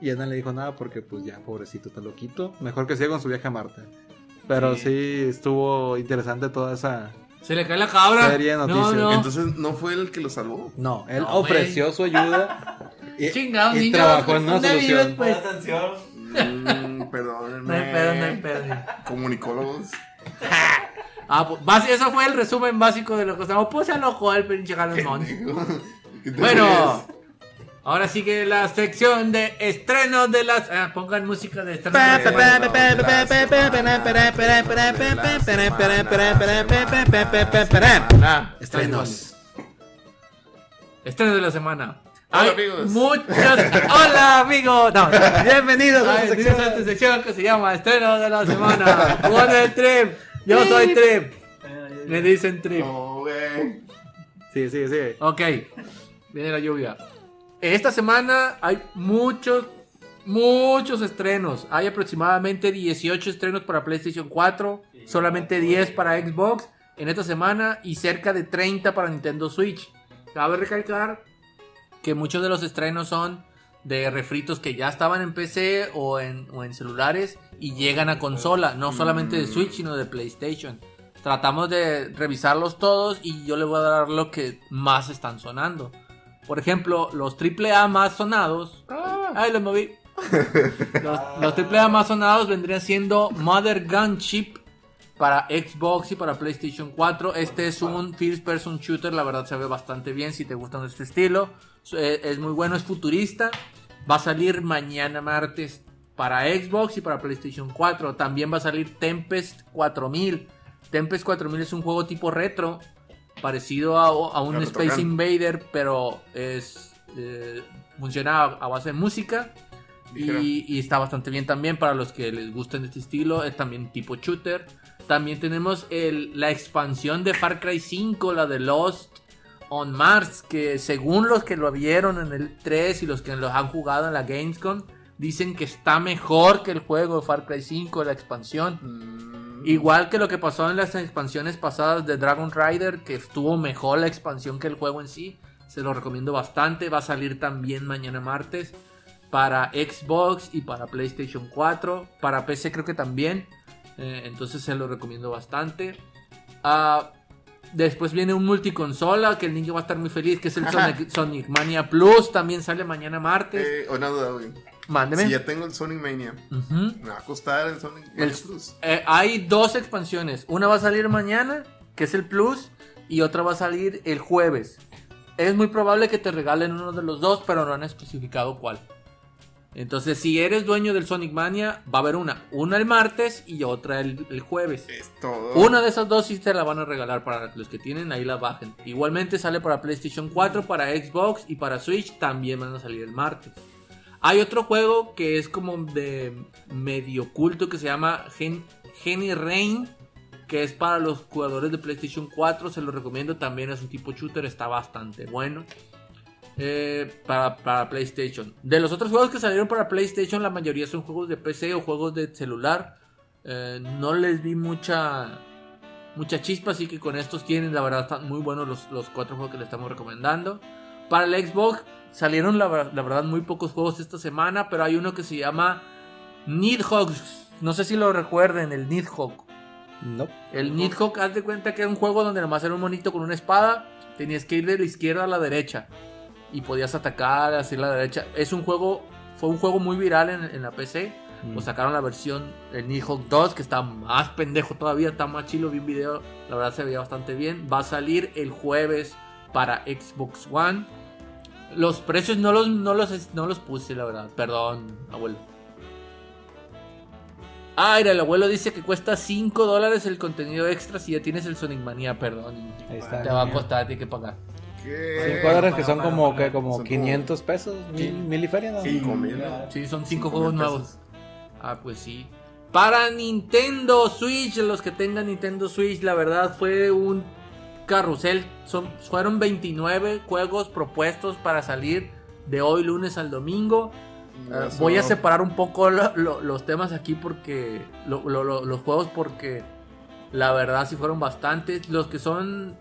A: Y Ana le dijo nada porque, pues ya, pobrecito, está loquito. Mejor que siga con su viaje a Marte. Pero sí,
D: Sí.
A: estuvo interesante toda esa...
C: Se le cae la cabra.
A: Serie de
C: no,
A: noticias.
C: no.
B: Entonces, ¿no fue el que lo salvó?
A: No, él
C: No,
A: ofreció su ayuda y,
C: Chingado,
A: Eh, y
C: niño,
A: trabajó en una
C: ¿dónde vives,
A: solución.
C: Pues-
D: Pues, atención.
B: Mm, perdónenme.
C: No hay pedo, no hay pedo.
B: Comunicólogos.
C: Ah, pues, basi- eso fue el resumen básico de lo que estamos. Pues se alojó el pinche Elon Musk.
B: ¿Qué te
C: Bueno, ahora sigue la sección de estrenos de las. ah, pongan música de estrenos.
B: crees?
C: de las-
B: Bueno, la semana, la semana, semana.
A: Estrenos.
C: Ah, Estrenos de la semana.
B: Hola,
C: Hay
B: amigos.
C: Muchas. Hola, amigos. No,
A: Bienvenidos a
C: Ay,
A: esta
C: bienvenidos
A: sección.
C: a esta sección que se llama Estrenos de la semana. Con el Trip. Yo soy Trip. Me dicen Trip.
B: No, güey.
A: Sí, sí, sí.
C: Ok, viene la lluvia. Esta semana hay muchos, muchos estrenos. Hay aproximadamente 18 estrenos para PlayStation 4, solamente 10 para Xbox en esta semana y cerca de 30 para Nintendo Switch. Cabe recalcar que muchos de los estrenos son de refritos que ya estaban en PC o en, o en celulares y llegan a consola, no solamente de Switch, sino de PlayStation. Tratamos de revisarlos todos y yo le voy a dar lo que más están sonando. Por ejemplo, los AAA más sonados. Ay, los moví. Los, los AAA más sonados vendrían siendo Mother Gunship para Xbox y para PlayStation 4. Este es un first person shooter, la verdad se ve bastante bien si te gustan este estilo. Es, es muy bueno, es futurista. Va a salir mañana martes para Xbox y para PlayStation 4. También va a salir Tempest 4000. Tempest 4000 es un juego tipo retro parecido a, a un
B: A
C: Space
B: Rotocan.
C: Invader, pero es eh, funciona a, a base de música.
B: Ligero.
C: Y, y está bastante bien también para los que les gusten este estilo. Es también tipo shooter. También tenemos el- la expansión de Far Cry 5, la de Lost on Mars, que según los que lo vieron en el 3 y los que los han jugado en la Gamescom, dicen que está mejor que el juego de Far Cry 5, la expansión. Igual que lo que pasó en las expansiones pasadas de Dragon Rider, que estuvo mejor la expansión que el juego en sí. Se lo recomiendo bastante. Va a salir también mañana martes para Xbox y para PlayStation 4. Para PC creo que también. Eh, entonces se lo recomiendo bastante. Ah, después viene un multiconsola que el niño va a estar muy feliz, que es el Sonic, Sonic Mania Plus. También sale mañana martes.
B: Eh, o nada, güey.
C: Mándeme.
B: Si ya tengo el Sonic Mania,
C: Ujú.
B: me va a costar el Sonic Mania
C: El-
B: Plus.
C: Eh, hay dos expansiones. Una va a salir mañana, que es el Plus, y otra va a salir el jueves. Es muy probable que te regalen uno de los dos, pero no han especificado cuál. Entonces, si eres dueño del Sonic Mania, va a haber una. Una el martes y otra el, el jueves.
B: Es todo.
C: Una de esas dos sí te la van a regalar para los que tienen, ahí la bajen. Igualmente sale para PlayStation 4, para Xbox y para Switch también van a salir el martes. Hay otro juego que es como de medio oculto que se llama Gen Genie Rain, que es para los jugadores de PlayStation 4, se lo recomiendo, también es un tipo shooter, está bastante bueno. eh, para, para PlayStation. De los otros juegos que salieron para PlayStation, la mayoría son juegos de PC o juegos de celular. Eh, no les vi mucha mucha chispa, así que con estos tienen, la verdad, están muy buenos los, los cuatro juegos que le estamos recomendando. Para el Xbox salieron, la, ver- la verdad, muy pocos juegos esta semana, pero hay uno que se llama Nidhogs. No sé si lo recuerden, el Nidhogg.
A: No.
C: El Nidhogg, haz de cuenta que era un juego donde nomás era un monito con una espada, tenías que ir de la izquierda a la derecha y podías atacar hacia la derecha. Es un juego, fue un juego muy viral en, en la PC. Pues sacaron la versión el Nidhogg 2, que está más pendejo todavía, está más chilo. Vi un video, la verdad se veía bastante bien. Va a salir el jueves para Xbox One. Los precios no los, no los, no los puse, la verdad. Perdón, abuelo. Ah, mira, el abuelo dice que cuesta 5 dólares el contenido extra si ya tienes el Sonic Manía, perdón. niño.
A: Ahí
C: Te va
A: está.
C: a costar, tienes que pagar.
B: ¿Qué?
A: 5 dólares que
D: Para,
A: son
D: para,
A: como,
D: para.
A: que, como
B: Son
A: 500 pesos, mil, mil y feria, ¿no?
D: Sí,
B: Cinco mil.
D: claro.
C: Sí, son 5
B: Cinco
C: juegos
B: mil
C: nuevos.
B: pesos.
C: Ah, pues sí. Para Nintendo Switch, los que tengan Nintendo Switch, la verdad fue un carrusel. Son, fueron 29 juegos propuestos para salir de hoy lunes al domingo. Eh,
B: Mm, Eso.
C: Voy a separar un poco lo- lo- los temas aquí porque lo- lo- lo- los juegos porque la verdad sí fueron bastantes. Los que son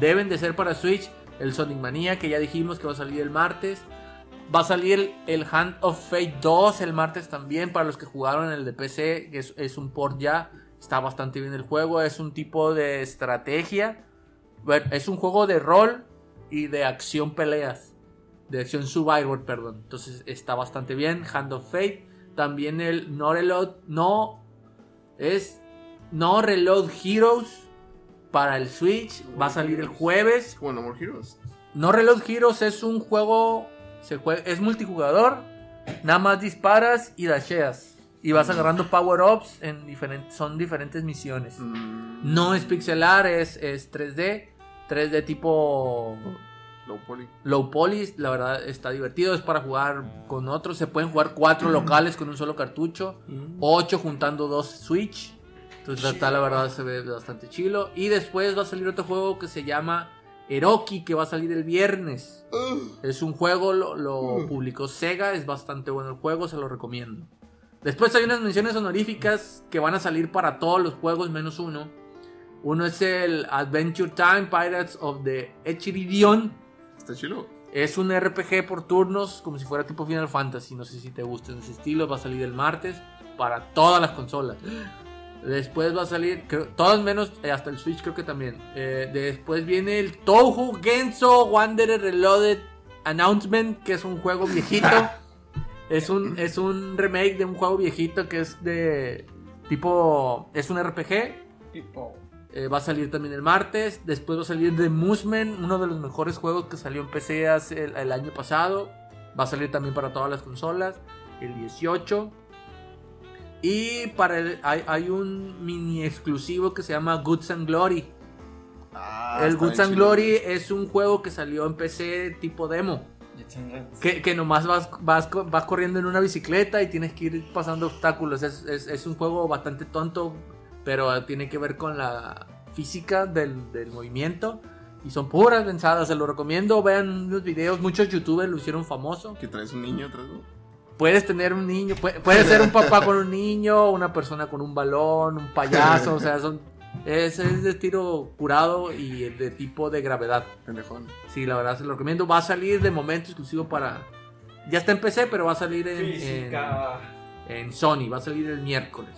C: deben de ser para Switch, el Sonic Mania que ya dijimos que va a salir el martes. Va a salir el, el Hand of Fate 2 el martes también para los que jugaron el de PC, que es, es un port ya. Está bastante bien el juego, es un tipo de estrategia. Bueno, es un juego de rol y de acción peleas. De acción survival, perdón. Entonces está bastante bien. Hand of Fate. También el No Reload. No. Es No Reload Heroes. Para el Switch. Va a salir el jueves.
B: Es como No More Heroes.
C: No Reload Heroes es un juego. Se jue- es multijugador. Nada más disparas y dasheas. Y vas agarrando power-ups. En diferentes, son diferentes misiones.
B: Mm,
C: No es pixelar, es, es 3D. 3D tipo
B: Low Poly.
C: low poly. La verdad está divertido. Es para jugar con otros. Se pueden jugar cuatro locales con un solo cartucho. Ocho juntando dos Switch. Entonces la- está, la verdad se ve bastante chilo. Y después va a salir otro juego que se llama Eroki, que va a salir el viernes.
B: Ugh.
C: Es un juego, lo, lo
B: Mm.
C: publicó Sega, es bastante bueno el juego, se lo recomiendo. Después hay unas menciones honoríficas que van a salir para todos los juegos menos uno. Uno es el Adventure Time Pirates of the Echiridion.
B: Está chilo.
C: Es un RPG por turnos, como si fuera tipo Final Fantasy. No sé si te gusta ese estilo. Va a salir el martes para todas las consolas. Después va a salir, creo- todas menos, eh, hasta el Switch creo que también. Eh, después viene el Touhou Genso Wanderer Reloaded Announcement, que es un juego viejito. es, un, es un remake de un juego viejito que es de tipo, es un RPG,
D: Tipo.
C: eh, va a salir también el martes. Después va a salir The Musmen, uno de los mejores juegos que salió en PC hace el, el año pasado. Va a salir también para todas las consolas, el 18. Y para el, hay, hay un mini exclusivo que se llama Goods and Glory.
B: Ah,
C: el
B: está
C: Guns
B: bien
C: N'
B: chido.
C: Glory es un juego que salió en PC tipo demo. Que, que nomás vas, vas, co- vas corriendo en una bicicleta y tienes que ir pasando obstáculos. Es, es- es un juego bastante tonto, pero tiene que ver con la física del, del movimiento. Y son puras pensadas, se lo recomiendo. Vean unos videos, muchos youtubers lo hicieron famoso.
B: Que traes un niño atrás, ¿no?
C: Puedes tener un niño, puede, puede ser un papá con un niño, una persona con un balón, un payaso, o sea, son, es, es de estilo curado y de tipo de gravedad.
B: Pendejón.
C: Sí, la verdad se lo recomiendo. Va a salir de momento exclusivo para. Ya está en PC, pero va a salir en, en,
E: Física.
C: en Sony. Va a salir el miércoles.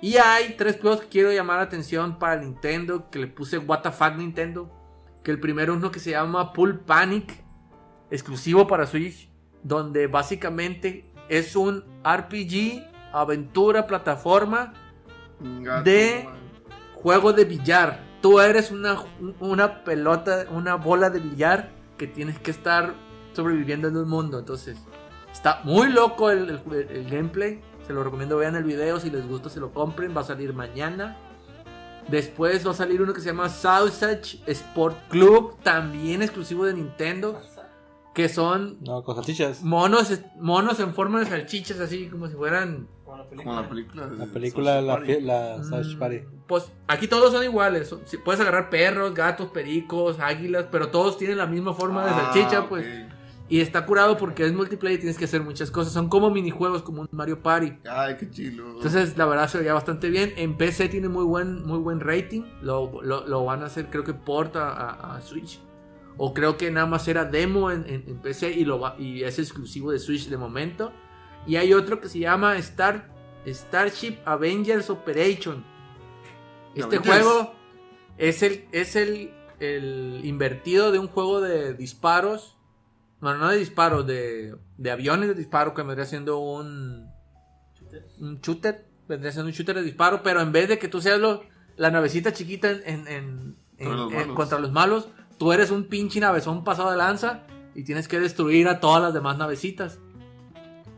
C: Y hay tres juegos que quiero llamar la atención para Nintendo. Que le puse WTF Nintendo. Que el primero es uno que se llama Pool Panic. Exclusivo para Switch. Donde básicamente es un RPG, aventura, plataforma
B: Un gato,
C: De-
B: no, man.
C: juego de billar. Tú eres una, una pelota, una bola de billar que tienes que estar sobreviviendo en el mundo. Entonces, está muy loco el, el- el gameplay. Se lo recomiendo, vean el video. Si les gusta, se lo compren. Va a salir mañana. Después va a salir uno que se llama Sausage Sport Club, también exclusivo de Nintendo. Que son
A: No, con salchichas.
C: monos, monos en forma de salchichas, así como si fueran
E: Como la película.
B: Como la película. de
A: La película,
B: Mm, Sausage
A: la,
B: Party.
A: fie- la Sausage
C: Mm,
A: Party.
C: Pues aquí todos son iguales. son- si puedes agarrar perros, gatos, pericos, águilas, pero todos tienen la misma forma de
B: Ah,
C: salchicha,
B: ok.
C: pues. Y está curado porque es multiplayer y tienes que hacer muchas cosas. Son como minijuegos, como un Mario Party.
B: Ay, qué chilo.
C: Entonces, la verdad se veía bastante bien. En PC tiene muy buen, muy buen rating. Lo, lo- lo van a hacer, creo que port a, a- a Switch. O creo que nada más era demo en, en- en PC y, lo va- y es exclusivo de Switch de momento. Y hay otro que se llama Star, Starship Avengers Operation. Este
B: Avengers.
C: juego es el, es el, el invertido de un juego de disparos. Bueno, no de disparos, de, de aviones de disparo que vendría siendo un un shooter, vendría siendo un shooter de disparo, pero en vez de que tú seas lo- la navecita chiquita en, en- en-
B: Contra
C: en-
B: los
C: en-
B: malos.
C: contra los malos, tú eres un pinche navezón pasado de lanza y tienes que destruir a todas las demás navecitas.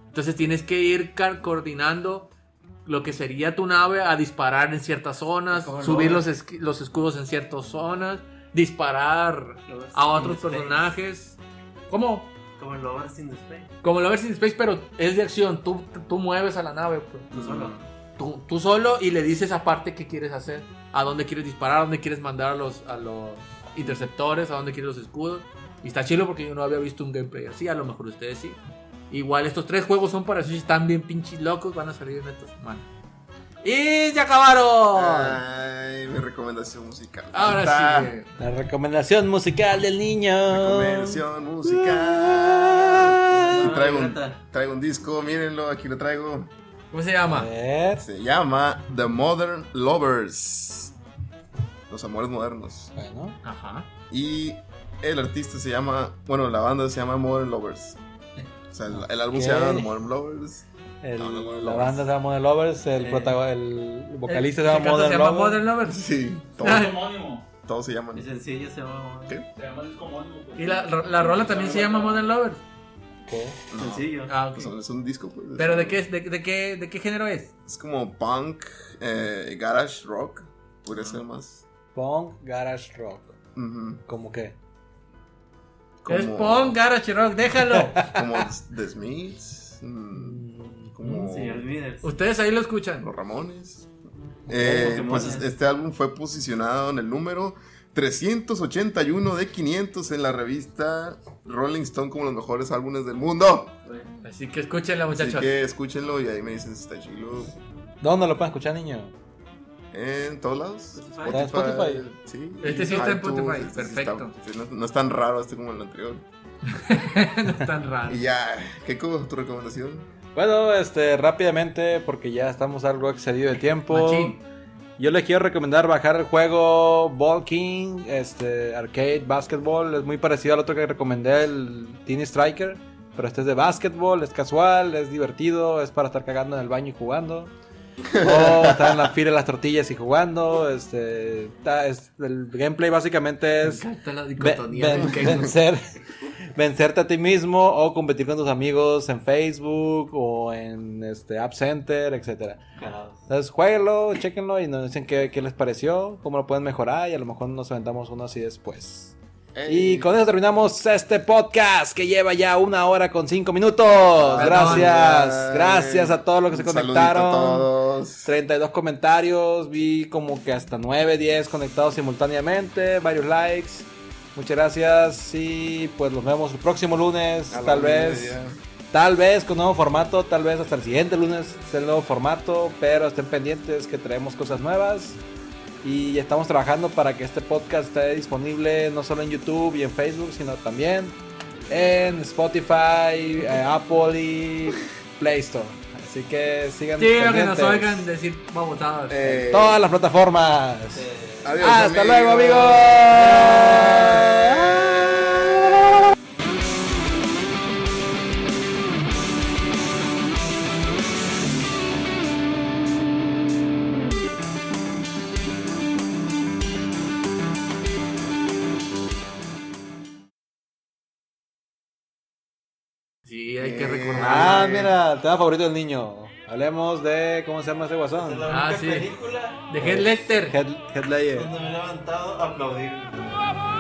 C: Entonces tienes que ir car- coordinando lo que sería tu nave a disparar en ciertas zonas,
E: ¿Cómo no?
C: subir los, esqui- los escudos en ciertas zonas, disparar
D: Lovers
C: a
D: in
C: otros
D: the Space.
C: personajes. ¿Cómo?
D: Como el Lovers in the Space.
C: Como lo ves in Space, pero es de acción. Tú, tú mueves a la nave. pues
D: Tú solo.
C: tú, tú solo y le dices aparte qué quieres hacer, a dónde quieres disparar, a dónde quieres mandar a los, a los interceptores, a dónde quieres los escudos. Y está chido porque yo no había visto un gameplay así, a lo mejor ustedes sí. Igual estos tres juegos son para Switch, están bien pinches locos, van a salir en esta semana. ¡Y se
B: Ah,
C: acabaron!
B: Ay, mi recomendación musical.
C: Ahora
B: Falta.
C: sí. eh.
A: La recomendación musical del niño. Ah.
B: Recomendación musical. Y traigo,
D: Ah, Pirata.
B: un, traigo un disco, mírenlo, aquí lo traigo.
C: ¿Cómo se
A: A
C: llama?
A: ver.
B: Se llama The Modern Lovers. Los amores modernos.
A: Bueno.
C: Ajá.
B: Y el artista se llama, bueno, la banda se llama Modern Lovers. O sea, el, el álbum se
A: Ok.
B: llama The Modern Lovers.
A: El-
B: No, no, Modern
A: la
B: Lovers.
A: banda se llama Modern Lovers, el,
D: Eh,
A: protago- el vocalista
C: El-
A: se
C: el
A: llama
C: canto
A: Modern
C: se llama
A: Lovers.
C: Modern Lovers.
B: Sí,
E: Es
B: todos,
E: homónimo.
B: todos se
D: El
B: llaman.
D: sencillo se llama.
B: ¿Qué?
E: Se llama disco homónimo. pues.
C: Y la, la rola también se llama Modern Lovers.
A: Ok.
D: Sencillo.
C: Ah, ok.
B: Pues es un disco, pues.
C: ¿Pero de qué, es, de, de qué, de qué género es?
B: Es como punk, eh, garage rock. Podría ser más.
A: Punk Garage Rock.
B: Ujú.
A: ¿Cómo qué?
C: Es
B: Como-
C: Pong, Garage Rock, déjalo.
B: Como The Smiths. mm, Como
D: Señor Smithers.
C: Ustedes ahí lo escuchan.
B: Los Ramones. Eh,
D: Como
B: pues
D: Ramones.
B: este álbum fue posicionado en el número 381 de 500 en la revista Rolling Stone como los mejores álbumes del mundo.
C: Así que escúchenla,
B: Así
C: muchachos.
B: que escúchenlo y ahí me dicen si está chido.
A: ¿Dónde lo pueden escuchar, niño?
B: En todos lados.
D: Spotify.
A: Spotify.
B: Sí.
C: Este sí está en Spotify,
B: este sí
C: perfecto.
B: está- sí, no, no es tan raro este como el anterior.
C: no es tan raro.
B: Y ya, ¿qué como tu recomendación?
A: Bueno, este, rápidamente, porque ya estamos algo excedido de tiempo.
C: Machín.
A: Yo les quiero recomendar bajar el juego Ball King, este, Arcade Basketball. Es muy parecido al otro que recomendé, el Teen Striker. Pero este es de basketball, es casual, es divertido, es para estar cagando en el baño y jugando. O estar en la fila de las tortillas y jugando. Este, está- es- el gameplay básicamente
C: Me
A: es
C: encanta la
A: Ve-
C: dicotomía
A: ven-
C: del que-
A: vencer, vencerte a ti mismo o competir con tus amigos en Facebook o en este App Center, etcétera.
D: Cagados.
A: Entonces, jueguenlo, chequenlo y nos dicen qué, qué les pareció, cómo lo pueden mejorar y a lo mejor nos aventamos uno así después. Y con eso terminamos este podcast que lleva ya una hora con cinco minutos. Gracias, gracias a todos los que se
B: Ah, Un saludito
A: conectaron.
B: A todos.
A: 32 comentarios, vi como que hasta 9, 10 conectados simultáneamente, varios likes. Muchas gracias y pues nos vemos el próximo lunes,
B: A la
A: tal
B: una y
A: vez.
B: media.
A: Tal vez con nuevo formato, tal vez hasta el siguiente lunes sea el nuevo formato, pero estén pendientes que traemos cosas nuevas. Y estamos trabajando para que este podcast esté disponible no solo en YouTube y en Facebook, sino también en Spotify, eh, Apple y Play Store. Así que sigan
C: Sí, lo que nos
A: pendientes.
C: oigan decir babotadas.
B: Eh,
A: Todas las plataformas.
D: Eh,
B: adiós,
A: Hasta
B: amigos.
A: luego, amigos.
C: Sí, hay que
B: Eh,
A: Ah,
C: recordar.
A: mira, tema favorito del niño. Hablemos de cómo se llama ese
D: Esa
A: guasón.
D: es la única
C: Ah, sí.
D: película
C: De Heath Lecter.
A: Head, Headlayer.
D: donde me he levantado a aplaudir.